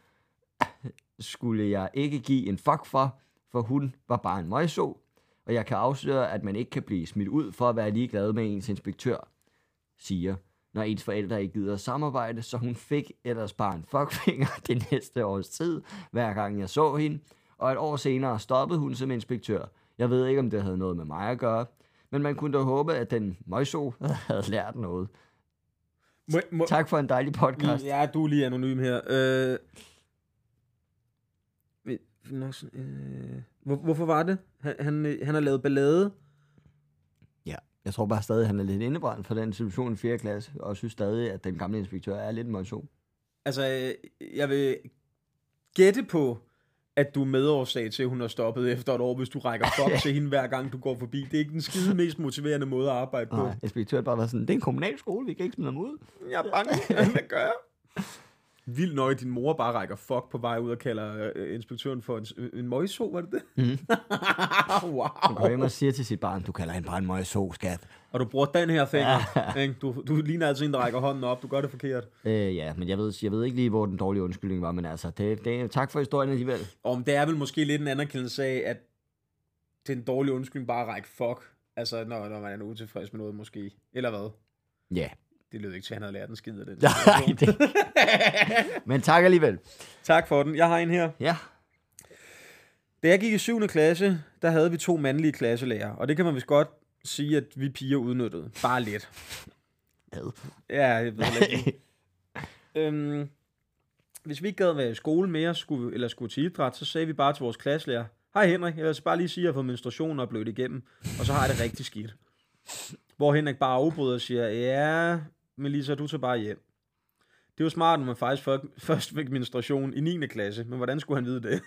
B: [COUGHS] skulle jeg ikke give en fuck for, for hun var bare en møgso, og jeg kan afsløre, at man ikke kan blive smidt ud for at være ligeglad med ens inspektør, siger, når ens forældre ikke gider samarbejde, så hun fik ellers bare en fuckfinger [LAUGHS] det næste års tid, hver gang jeg så hende, og et år senere stoppede hun som inspektør. Jeg ved ikke, om det havde noget med mig at gøre, men man kunne da håbe, at den møjso [LAUGHS] havde lært noget.
A: Må, må,
B: Tak for en dejlig podcast.
A: Ja, du er lige anonym her. Øh, men- nå, sådan, øh, hvor, hvorfor var det? Han, han, øh, han har lavet ballade.
B: Ja, jeg tror bare stadig, han er lidt indebrændt for den situation i 4. klasse, og synes stadig, at den gamle inspektør er lidt møjso.
A: Altså, øh, jeg vil gætte på, at du er medårsag til, at hun har stoppet efter et år, hvis du
B: [LAUGHS]
A: rækker fuck til hende hver gang, du går forbi. Det er ikke den skide mest motiverende måde at arbejde på.
B: Nej, inspektøren bare var sådan, det er en kommunal skole, vi kan ikke smide ham ud.
A: Jeg er bange. Hvad gør jeg? Vildt nok, at din mor bare rækker fuck på vej ud og kalder øh, inspektøren for en, en møjso, var det det?
B: Mhm.
A: [LAUGHS] Mm.
B: Han
A: wow.
B: går hjem og siger til sit barn, du kalder hende bare en møjso, skat.
A: Og du bruger den her finger. ikke? du, du ligner altså en, der rækker hånden op. Du gør det forkert.
B: Øh, ja, men jeg ved, jeg ved ikke lige, hvor den dårlige undskyldning var, men altså, det, det, tak for historien alligevel.
A: Om det er vel måske lidt en anerkendelse af, at det er en dårlig undskyldning bare at række fuck. Altså, når, når man er utilfreds med noget, måske. Eller hvad?
B: Ja,
A: Det lød ikke til, at han havde lært en skid af det.
B: nej, det, men tak alligevel.
A: tak for den. Jeg har en her.
B: Ja,
A: Da jeg gik i 7. klasse, der havde vi to mandlige klasselærer, og det kan man vist godt sige, at vi piger udnyttede. Bare lidt.
B: ad.
A: Ja, jeg ved heller
B: [LAUGHS]
A: ikke. øhm, hvis vi ikke gad være i skole mere, skulle, eller skulle til idræt, så sagde vi bare til vores klasselærer, hej Henrik, jeg vil altså bare lige sige, at jeg har fået menstruation og er blødt igennem, og så har jeg det rigtig skidt. Hvor Henrik bare afbryder og siger, ja, Melissa, du tager bare hjem. Det var smart, når man faktisk fik- [LAUGHS] først fik menstruation i 9. klasse, men hvordan skulle han vide
B: [LAUGHS]
A: det?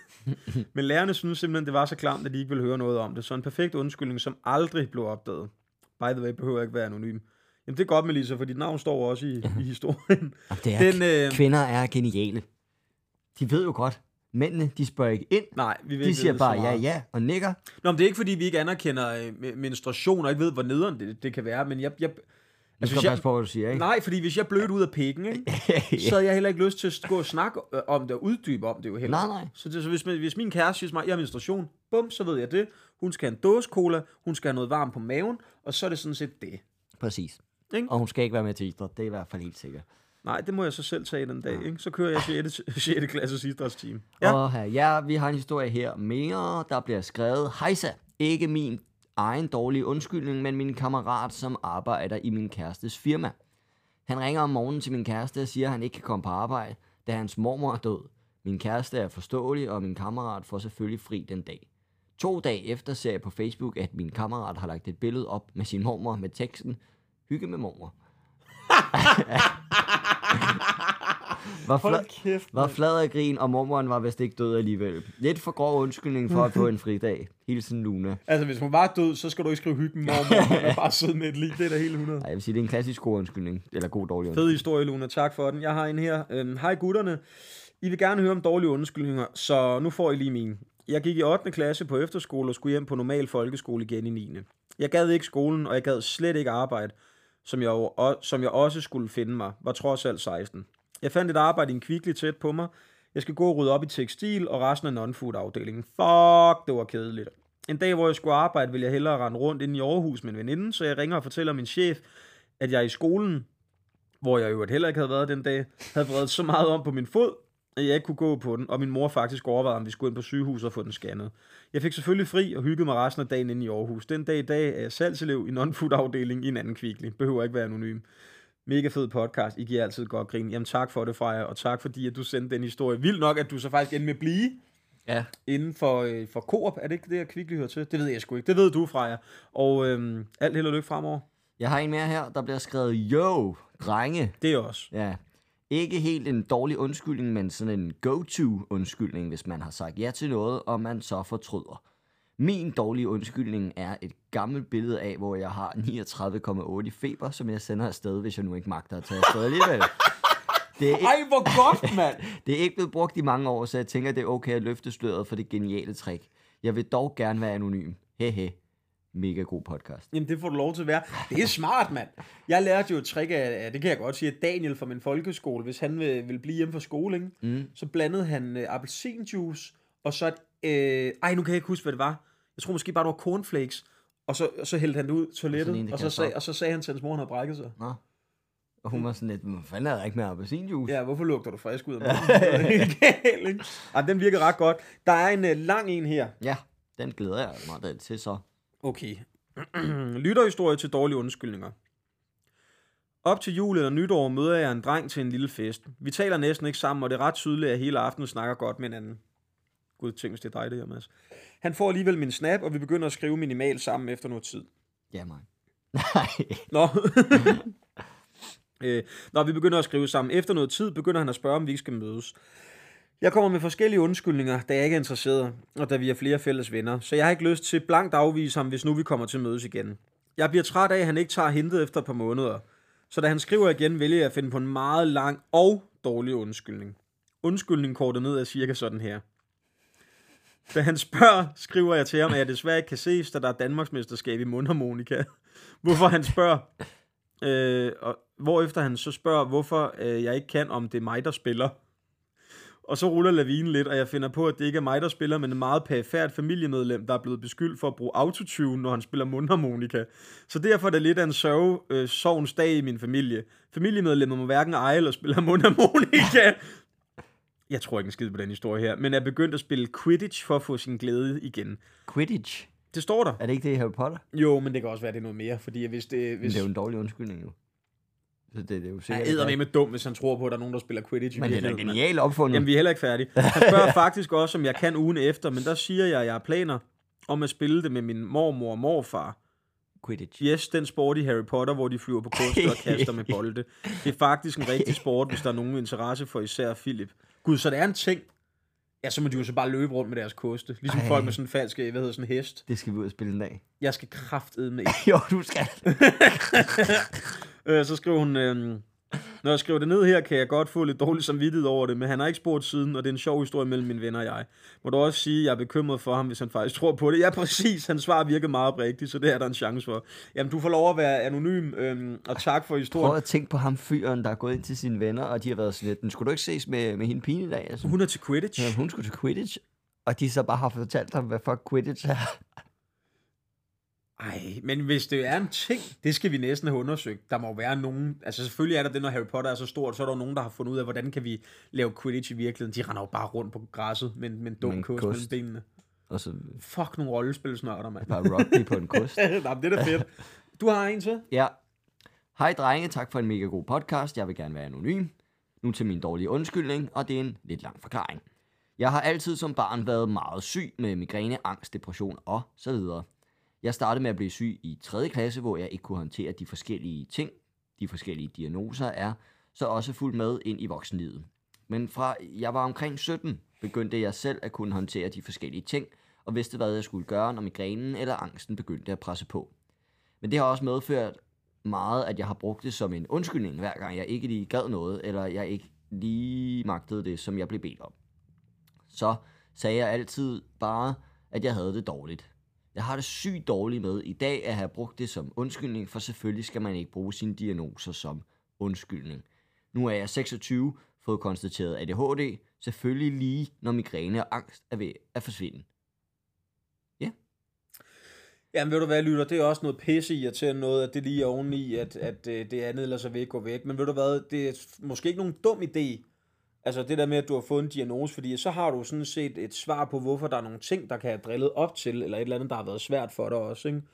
A: men lærerne synes simpelthen, det var så klamt, at de ikke ville høre noget om det, så en perfekt undskyldning, som aldrig blev opdaget. By the way, behøver jeg ikke være anonym. Jamen det er godt, Melissa, for dit navn står også i, i historien.
B: Jamen, [LAUGHS] Det er,
A: Den,
B: Den,
A: øh,
B: øh... Kvinder er geniale. De ved jo godt. Mændene, de spørger ikke ind.
A: Nej, vi vil
B: De
A: ikke
B: siger
A: vide så
B: bare ja,
A: meget. Altså,
B: ja og nikker.
A: Nå, men det er ikke, fordi vi ikke anerkender øh, men- menstruation og ikke ved, hvor nederen det, det kan være, men jeg... jeg
B: Du skal
A: hvis
B: jeg... passe på, hvad du siger, ikke?
A: nej, fordi hvis jeg blødt ud af pikken, [LAUGHS] ikke, så havde jeg heller ikke lyst til at gå og snakke øh, om det og uddybe om det jo heller.
B: Nej, nej.
A: Så, det, så hvis, hvis min kæreste siger til mig, jeg har menstruation, bum, så ved jeg det. Hun skal have en dåse cola, hun skal have noget varmt på maven, og så er det sådan set det.
B: Præcis.
A: Ikke?
B: Og hun skal ikke være med til idræt. Det er i hvert fald helt sikkert.
A: Nej, det må jeg så selv tage den dag. Ikke? Så kører jeg [LAUGHS] 6. 6. klasses idrætsteam.
B: Ja.
A: Ja.
B: Og her, ja, vi har en historie her mere, der bliver skrevet. Hejsa, ikke min egen dårlige undskyldning, men min kammerat, som arbejder i min kærestes firma. Han ringer om morgenen til min kæreste og siger, at han ikke kan komme på arbejde, da hans mormor er død. Min kæreste er forståelig, og min kammerat får selvfølgelig fri den dag. To dage efter ser jeg på Facebook, at min kammerat har lagt et billede op med sin mormor med teksten Hygge med mormor. [LAUGHS] Hvor flot,
A: kæft.
B: var flad af grin, og mormoren var vist ikke død alligevel. Lidt for grov undskyldning for at få en fridag. Hilsen Luna.
A: Altså, hvis hun var død, så skal du ikke skrive hyggen [LAUGHS] mormor, men bare sidde med et lig. Det er da helt 100.
B: Ej, jeg vil sige, det er en klassisk god undskyldning. Eller god dårlig undskyldning.
A: Fed historie, Luna. Tak for den. Jeg har en her. Øhm, Hej gutterne. I vil gerne høre om dårlige undskyldninger, så nu får I lige min. Jeg gik i 8. klasse på efterskole og skulle hjem på normal folkeskole igen i 9. Jeg gad ikke skolen, og jeg gad slet ikke arbejde, som jeg, jo- og, som jeg også skulle finde mig, var trods alt 16. Jeg fandt et arbejde i en kviklig tæt på mig. Jeg skal gå og rydde op i tekstil og resten af non-food afdelingen. Fuck, det var kedeligt. En dag, hvor jeg skulle arbejde, ville jeg hellere rende rundt inde i Aarhus med en veninde, så jeg ringer og fortæller min chef, at jeg er i skolen, hvor jeg jo heller ikke havde været den dag, havde vredet så meget om på min fod, at jeg ikke kunne gå på den, og min mor faktisk overvejede, om vi skulle ind på sygehuset og få den scannet. Jeg fik selvfølgelig fri og hyggede mig resten af dagen inde i Aarhus. Den dag i dag er jeg salgselev i non-food afdeling i en anden kviklig. Behøver ikke være anonym. Mega fed podcast. I giver altid godt grin. Jamen tak for det, Freja, og tak fordi, at du sendte den historie. Vildt nok, at du så faktisk endte med at blive
B: Ja.
A: inden for, øh, for Coop. Er det ikke det, jeg kviklig hører til? Det ved jeg sgu ikke. Det ved du, Freja. Og øhm, alt held og lykke fremover.
B: Jeg har en mere her, der bliver skrevet, yo, drenge.
A: Det er også.
B: Ja. Ikke helt en dårlig undskyldning, men sådan en go-to-undskyldning, hvis man har sagt ja til noget, og man så fortryder. Min dårlige undskyldning er et gammelt billede af, hvor jeg har 39,8 i feber, som jeg sender afsted, hvis jeg nu ikke magter at tage afsted alligevel. Det er ikke
A: Ej, hvor godt, mand!
B: Det er ikke blevet brugt i mange år, så jeg tænker, det er okay at løfte sløret for det geniale trick. Jeg vil dog gerne være anonym. Hehe. Mega god podcast.
A: Jamen, det får du lov til at være. Det er smart, mand. Jeg lærte jo et trick af, af det kan jeg godt sige, at Daniel fra min folkeskole, hvis han vil, ville blive hjemme fra skole, ikke? Mm. så blandede han øh, appelsinjuice, og så et, øh, ej, nu kan jeg ikke huske, hvad det var. Jeg tror måske bare, det var cornflakes. Og så, og så hældte han det ud i
B: Og sådan en,
A: toilettet,
B: der
A: og så,
B: kaster
A: sag,
B: op.
A: og så sagde han til hans mor, at han havde brækket sig.
B: Nå. Og hun var sådan lidt, "Hvad fanden er der ikke med appelsinjuice?
A: Ja, hvorfor lugter du frisk ud af mig? Ej, den virker ret godt. Der er en uh, lang en her.
B: ja. den glæder jeg mig da til så.
A: Okay. [CLEARS THROAT] Lytterhistorie til dårlige undskyldninger. Op til jul eller nytår møder jeg en dreng til en lille fest. Vi taler næsten ikke sammen, og det er ret tydeligt, at hele aftenen snakker godt med hinanden. Gud, tænk, hvis det er dig, det her, Mads. Han får alligevel min snap, og vi begynder at skrive minimalt sammen efter noget tid.
B: Ja, mig. Nej.
A: Nå. [LAUGHS] øh, når vi begynder at skrive sammen efter noget tid, begynder han at spørge, om vi ikke skal mødes. Jeg kommer med forskellige undskyldninger, da jeg ikke er interesseret, og da vi er flere fælles venner, så jeg har ikke lyst til blankt afvise ham, hvis nu vi kommer til mødes igen. Jeg bliver træt af, at han ikke tager hintet efter et par måneder, så da han skriver igen, vælger jeg at finde på en meget lang og dårlig undskyldning. Undskyldningen kortet ned er cirka sådan her. Da han spørger, skriver jeg til ham, at jeg desværre ikke kan ses, da der er Danmarksmesterskab i mundharmonika. Hvorfor han spørger, øh, og hvorefter han så spørger, hvorfor øh, jeg ikke kan, om det er mig, der spiller. Og så ruller lavinen lidt, og jeg finder på, at det ikke er mig, der spiller, men en meget perifært familiemedlem, der er blevet beskyldt for at bruge autotune, når han spiller mundharmonika. Så derfor er det lidt af en sørge, øh, sovens dag i min familie. Familiemedlemmet må hverken eje eller spille mundharmonika. Jeg tror ikke en skid på den historie her, men er begyndt at spille Quidditch for at få sin glæde igen.
B: Quidditch.
A: Det står der.
B: Er det ikke det i Harry Potter?
A: Jo, men det kan også være, det er noget mere, fordi hvis det...
B: Men
A: Hvis...
B: det er jo en dårlig undskyldning nu. Så det, det er jo
A: Han
B: sikkert...
A: er eddermame dum, hvis han tror på, at der er nogen, der spiller Quidditch. i
B: men det er da
A: virkeligheden, mand.
B: genialt opfundet.
A: Jamen, vi er heller ikke færdige. Han
B: [LAUGHS]
A: spørger faktisk også, om jeg kan ugen efter, men der siger jeg, at jeg har planer om at spille det med min mormor og morfar.
B: Quidditch.
A: Yes, den sport i Harry Potter, hvor de flyver på koster og kaster med bolde. Det er faktisk en rigtig sport, hvis der er nogen interesse for især Philip. Gud, så det er en ting. Ja, så må de jo så bare løbe rundt med deres koste. Ligesom
B: Ej.
A: Ej. folk med sådan en falsk, hvad hedder sådan en hest.
B: Det skal vi ud og spille en dag. [LAUGHS]
A: Jeg skal kraftedme
B: jo, du skal.
A: Øh, så skrev hun, øh, når jeg skriver det ned her, kan jeg godt få lidt dårlig samvittighed over det, men han har ikke spurgt siden, og det er en sjov historie mellem mine venner og jeg. Må du også sige, at jeg er bekymret for ham, hvis han faktisk tror på det? Ja, præcis. Hans svar virker meget oprigtigt, så det er der en chance for. Jamen, du får lov at være anonym, øh, og tak for
B: Prøv
A: historien.
B: at tænke på ham fyren, der er gået ind til sine venner, og de har været sådan lidt, "Men skulle du ikke ses med, med hende pigen i dag? Altså,
A: Hun er til Quidditch.
B: Jamen, hun skulle til Quidditch, og de så bare har fortalt ham, hvad fuck Quidditch er.
A: Ej, men hvis det er en ting, det skal vi næsten have undersøgt. Der må jo være nogen, altså selvfølgelig er der det, når Harry Potter er så stort, så er der jo nogen, der har fundet ud af, hvordan kan vi lave Quidditch i virkeligheden. De render jo bare rundt på græsset, men, men dum
B: Men
A: kost
B: kost.
A: mellem benene.
B: Og så
A: Fuck nogle rollespilsnørder, mand. [LAUGHS]
B: bare rugby på en kost.
A: Nej, men det er da fedt. Du har en til?
B: Ja. Hej drenge, tak for en mega god podcast. Jeg vil gerne være anonym. Nu til min dårlige undskyldning, og det er en lidt lang forklaring. Jeg har altid som barn været meget syg med migræne, angst, depression og så videre. Jeg startede med at blive syg i 3. klasse, hvor jeg ikke kunne håndtere de forskellige ting, de forskellige diagnoser er, så også fuldt med ind i voksenlivet. Men fra jeg var omkring 17, begyndte jeg selv at kunne håndtere de forskellige ting, og vidste, hvad jeg skulle gøre, når migrænen eller angsten begyndte at presse på. Men det har også medført meget, at jeg har brugt det som en undskyldning, hver gang jeg ikke lige gad noget, eller jeg ikke lige magtede det, som jeg blev bedt om. Så sagde jeg altid bare, at jeg havde det dårligt. Jeg har det sygt dårligt med i dag at have brugt det som undskyldning, for selvfølgelig skal man ikke bruge sine diagnoser som undskyldning. Nu er jeg 26, fået konstateret ADHD, selvfølgelig lige når migræne og angst er ved at forsvinde.
A: Jamen ved du hvad, Lytter, det er også noget pisse irriterende noget, at det lige er oveni, at, at øh, det andet lader sig væk gå væk. Men ved du hvad, det er måske ikke nogen dum idé, altså det der med, at du har fået en diagnose, fordi så har du sådan set et svar på, hvorfor der er nogle ting, der kan have drillet op til, eller et eller andet, der har været svært for dig også, ikke? Så,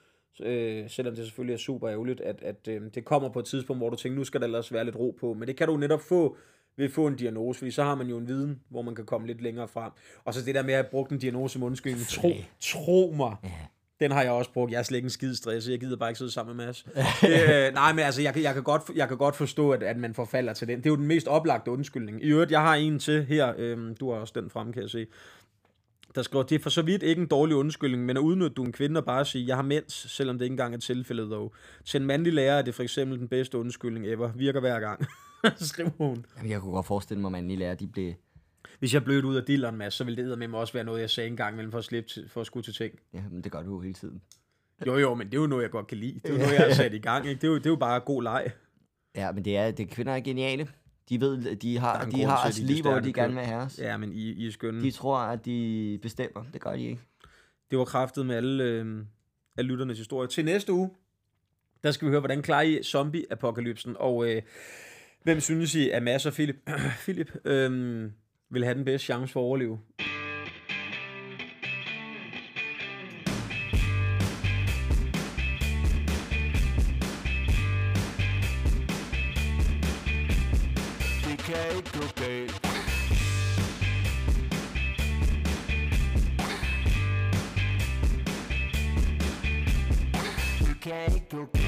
A: Øh, selvom det selvfølgelig er super ærgerligt, at, at øh, det kommer på et tidspunkt, hvor du tænker, nu skal der ellers være lidt ro på, men det kan du netop få ved at få en diagnose, fordi så har man jo en viden, hvor man kan komme lidt længere frem. Og så det der med at have brugt en diagnose som undskyldning, tro, tro mig, den har jeg også brugt. Jeg er slet ikke en skid stresset. Jeg gider bare ikke sidde sammen med Mads. øh, nej, men altså, jeg, kan- jeg, kan godt, jeg kan godt forstå, at, at man forfalder til den. Det er jo den mest oplagte undskyldning. I øvrigt, jeg har en til her. Øhm, du har også den frem, kan jeg se. Der skriver, det er for så vidt ikke en dårlig undskyldning, men at udnytte du er en kvinde og bare sige, jeg har mens, selvom det ikke engang er tilfældet dog. Til en mandlig lærer er det for eksempel den bedste undskyldning ever. Virker hver gang. [LAUGHS] Så skriver hun.
B: Jamen, jeg kunne godt forestille mig, at man lige lærer, at de blev...
A: Hvis jeg blødt ud af dilleren, Mads, så ville det med mig også være noget, jeg sagde en gang imellem for at, slippe til, for at skulle til ting.
B: Ja, men det gør du jo hele tiden.
A: Jo, jo, men det er jo noget, jeg godt kan lide. Det er jo noget, jeg har sat i gang. Ikke? Det, er jo, det er jo bare god leg.
B: Ja, men det er, det kvinder er geniale. De ved, de
A: Der er
B: har,
A: en
B: de
A: grund
B: har
A: til, at
B: os
A: de er det
B: lige, hvor
A: stærke
B: de gerne
A: køn.
B: vil have os. Ja.
A: Ja, men I, I er skønne.
B: De tror, at de bestemmer. Det gør de ikke.
A: Det Det var kraftet med alle, øh, alle lytternes historie. Til næste uge, der skal vi høre, hvordan klarer I zombie-apokalypsen, og øh, hvem synes I, at Mads og Philip, [CLEARS THROAT] Philip øh, vil have den bedste chance for at overleve?
C: Det kan ikke gå galt. Det kan ikke gå galt.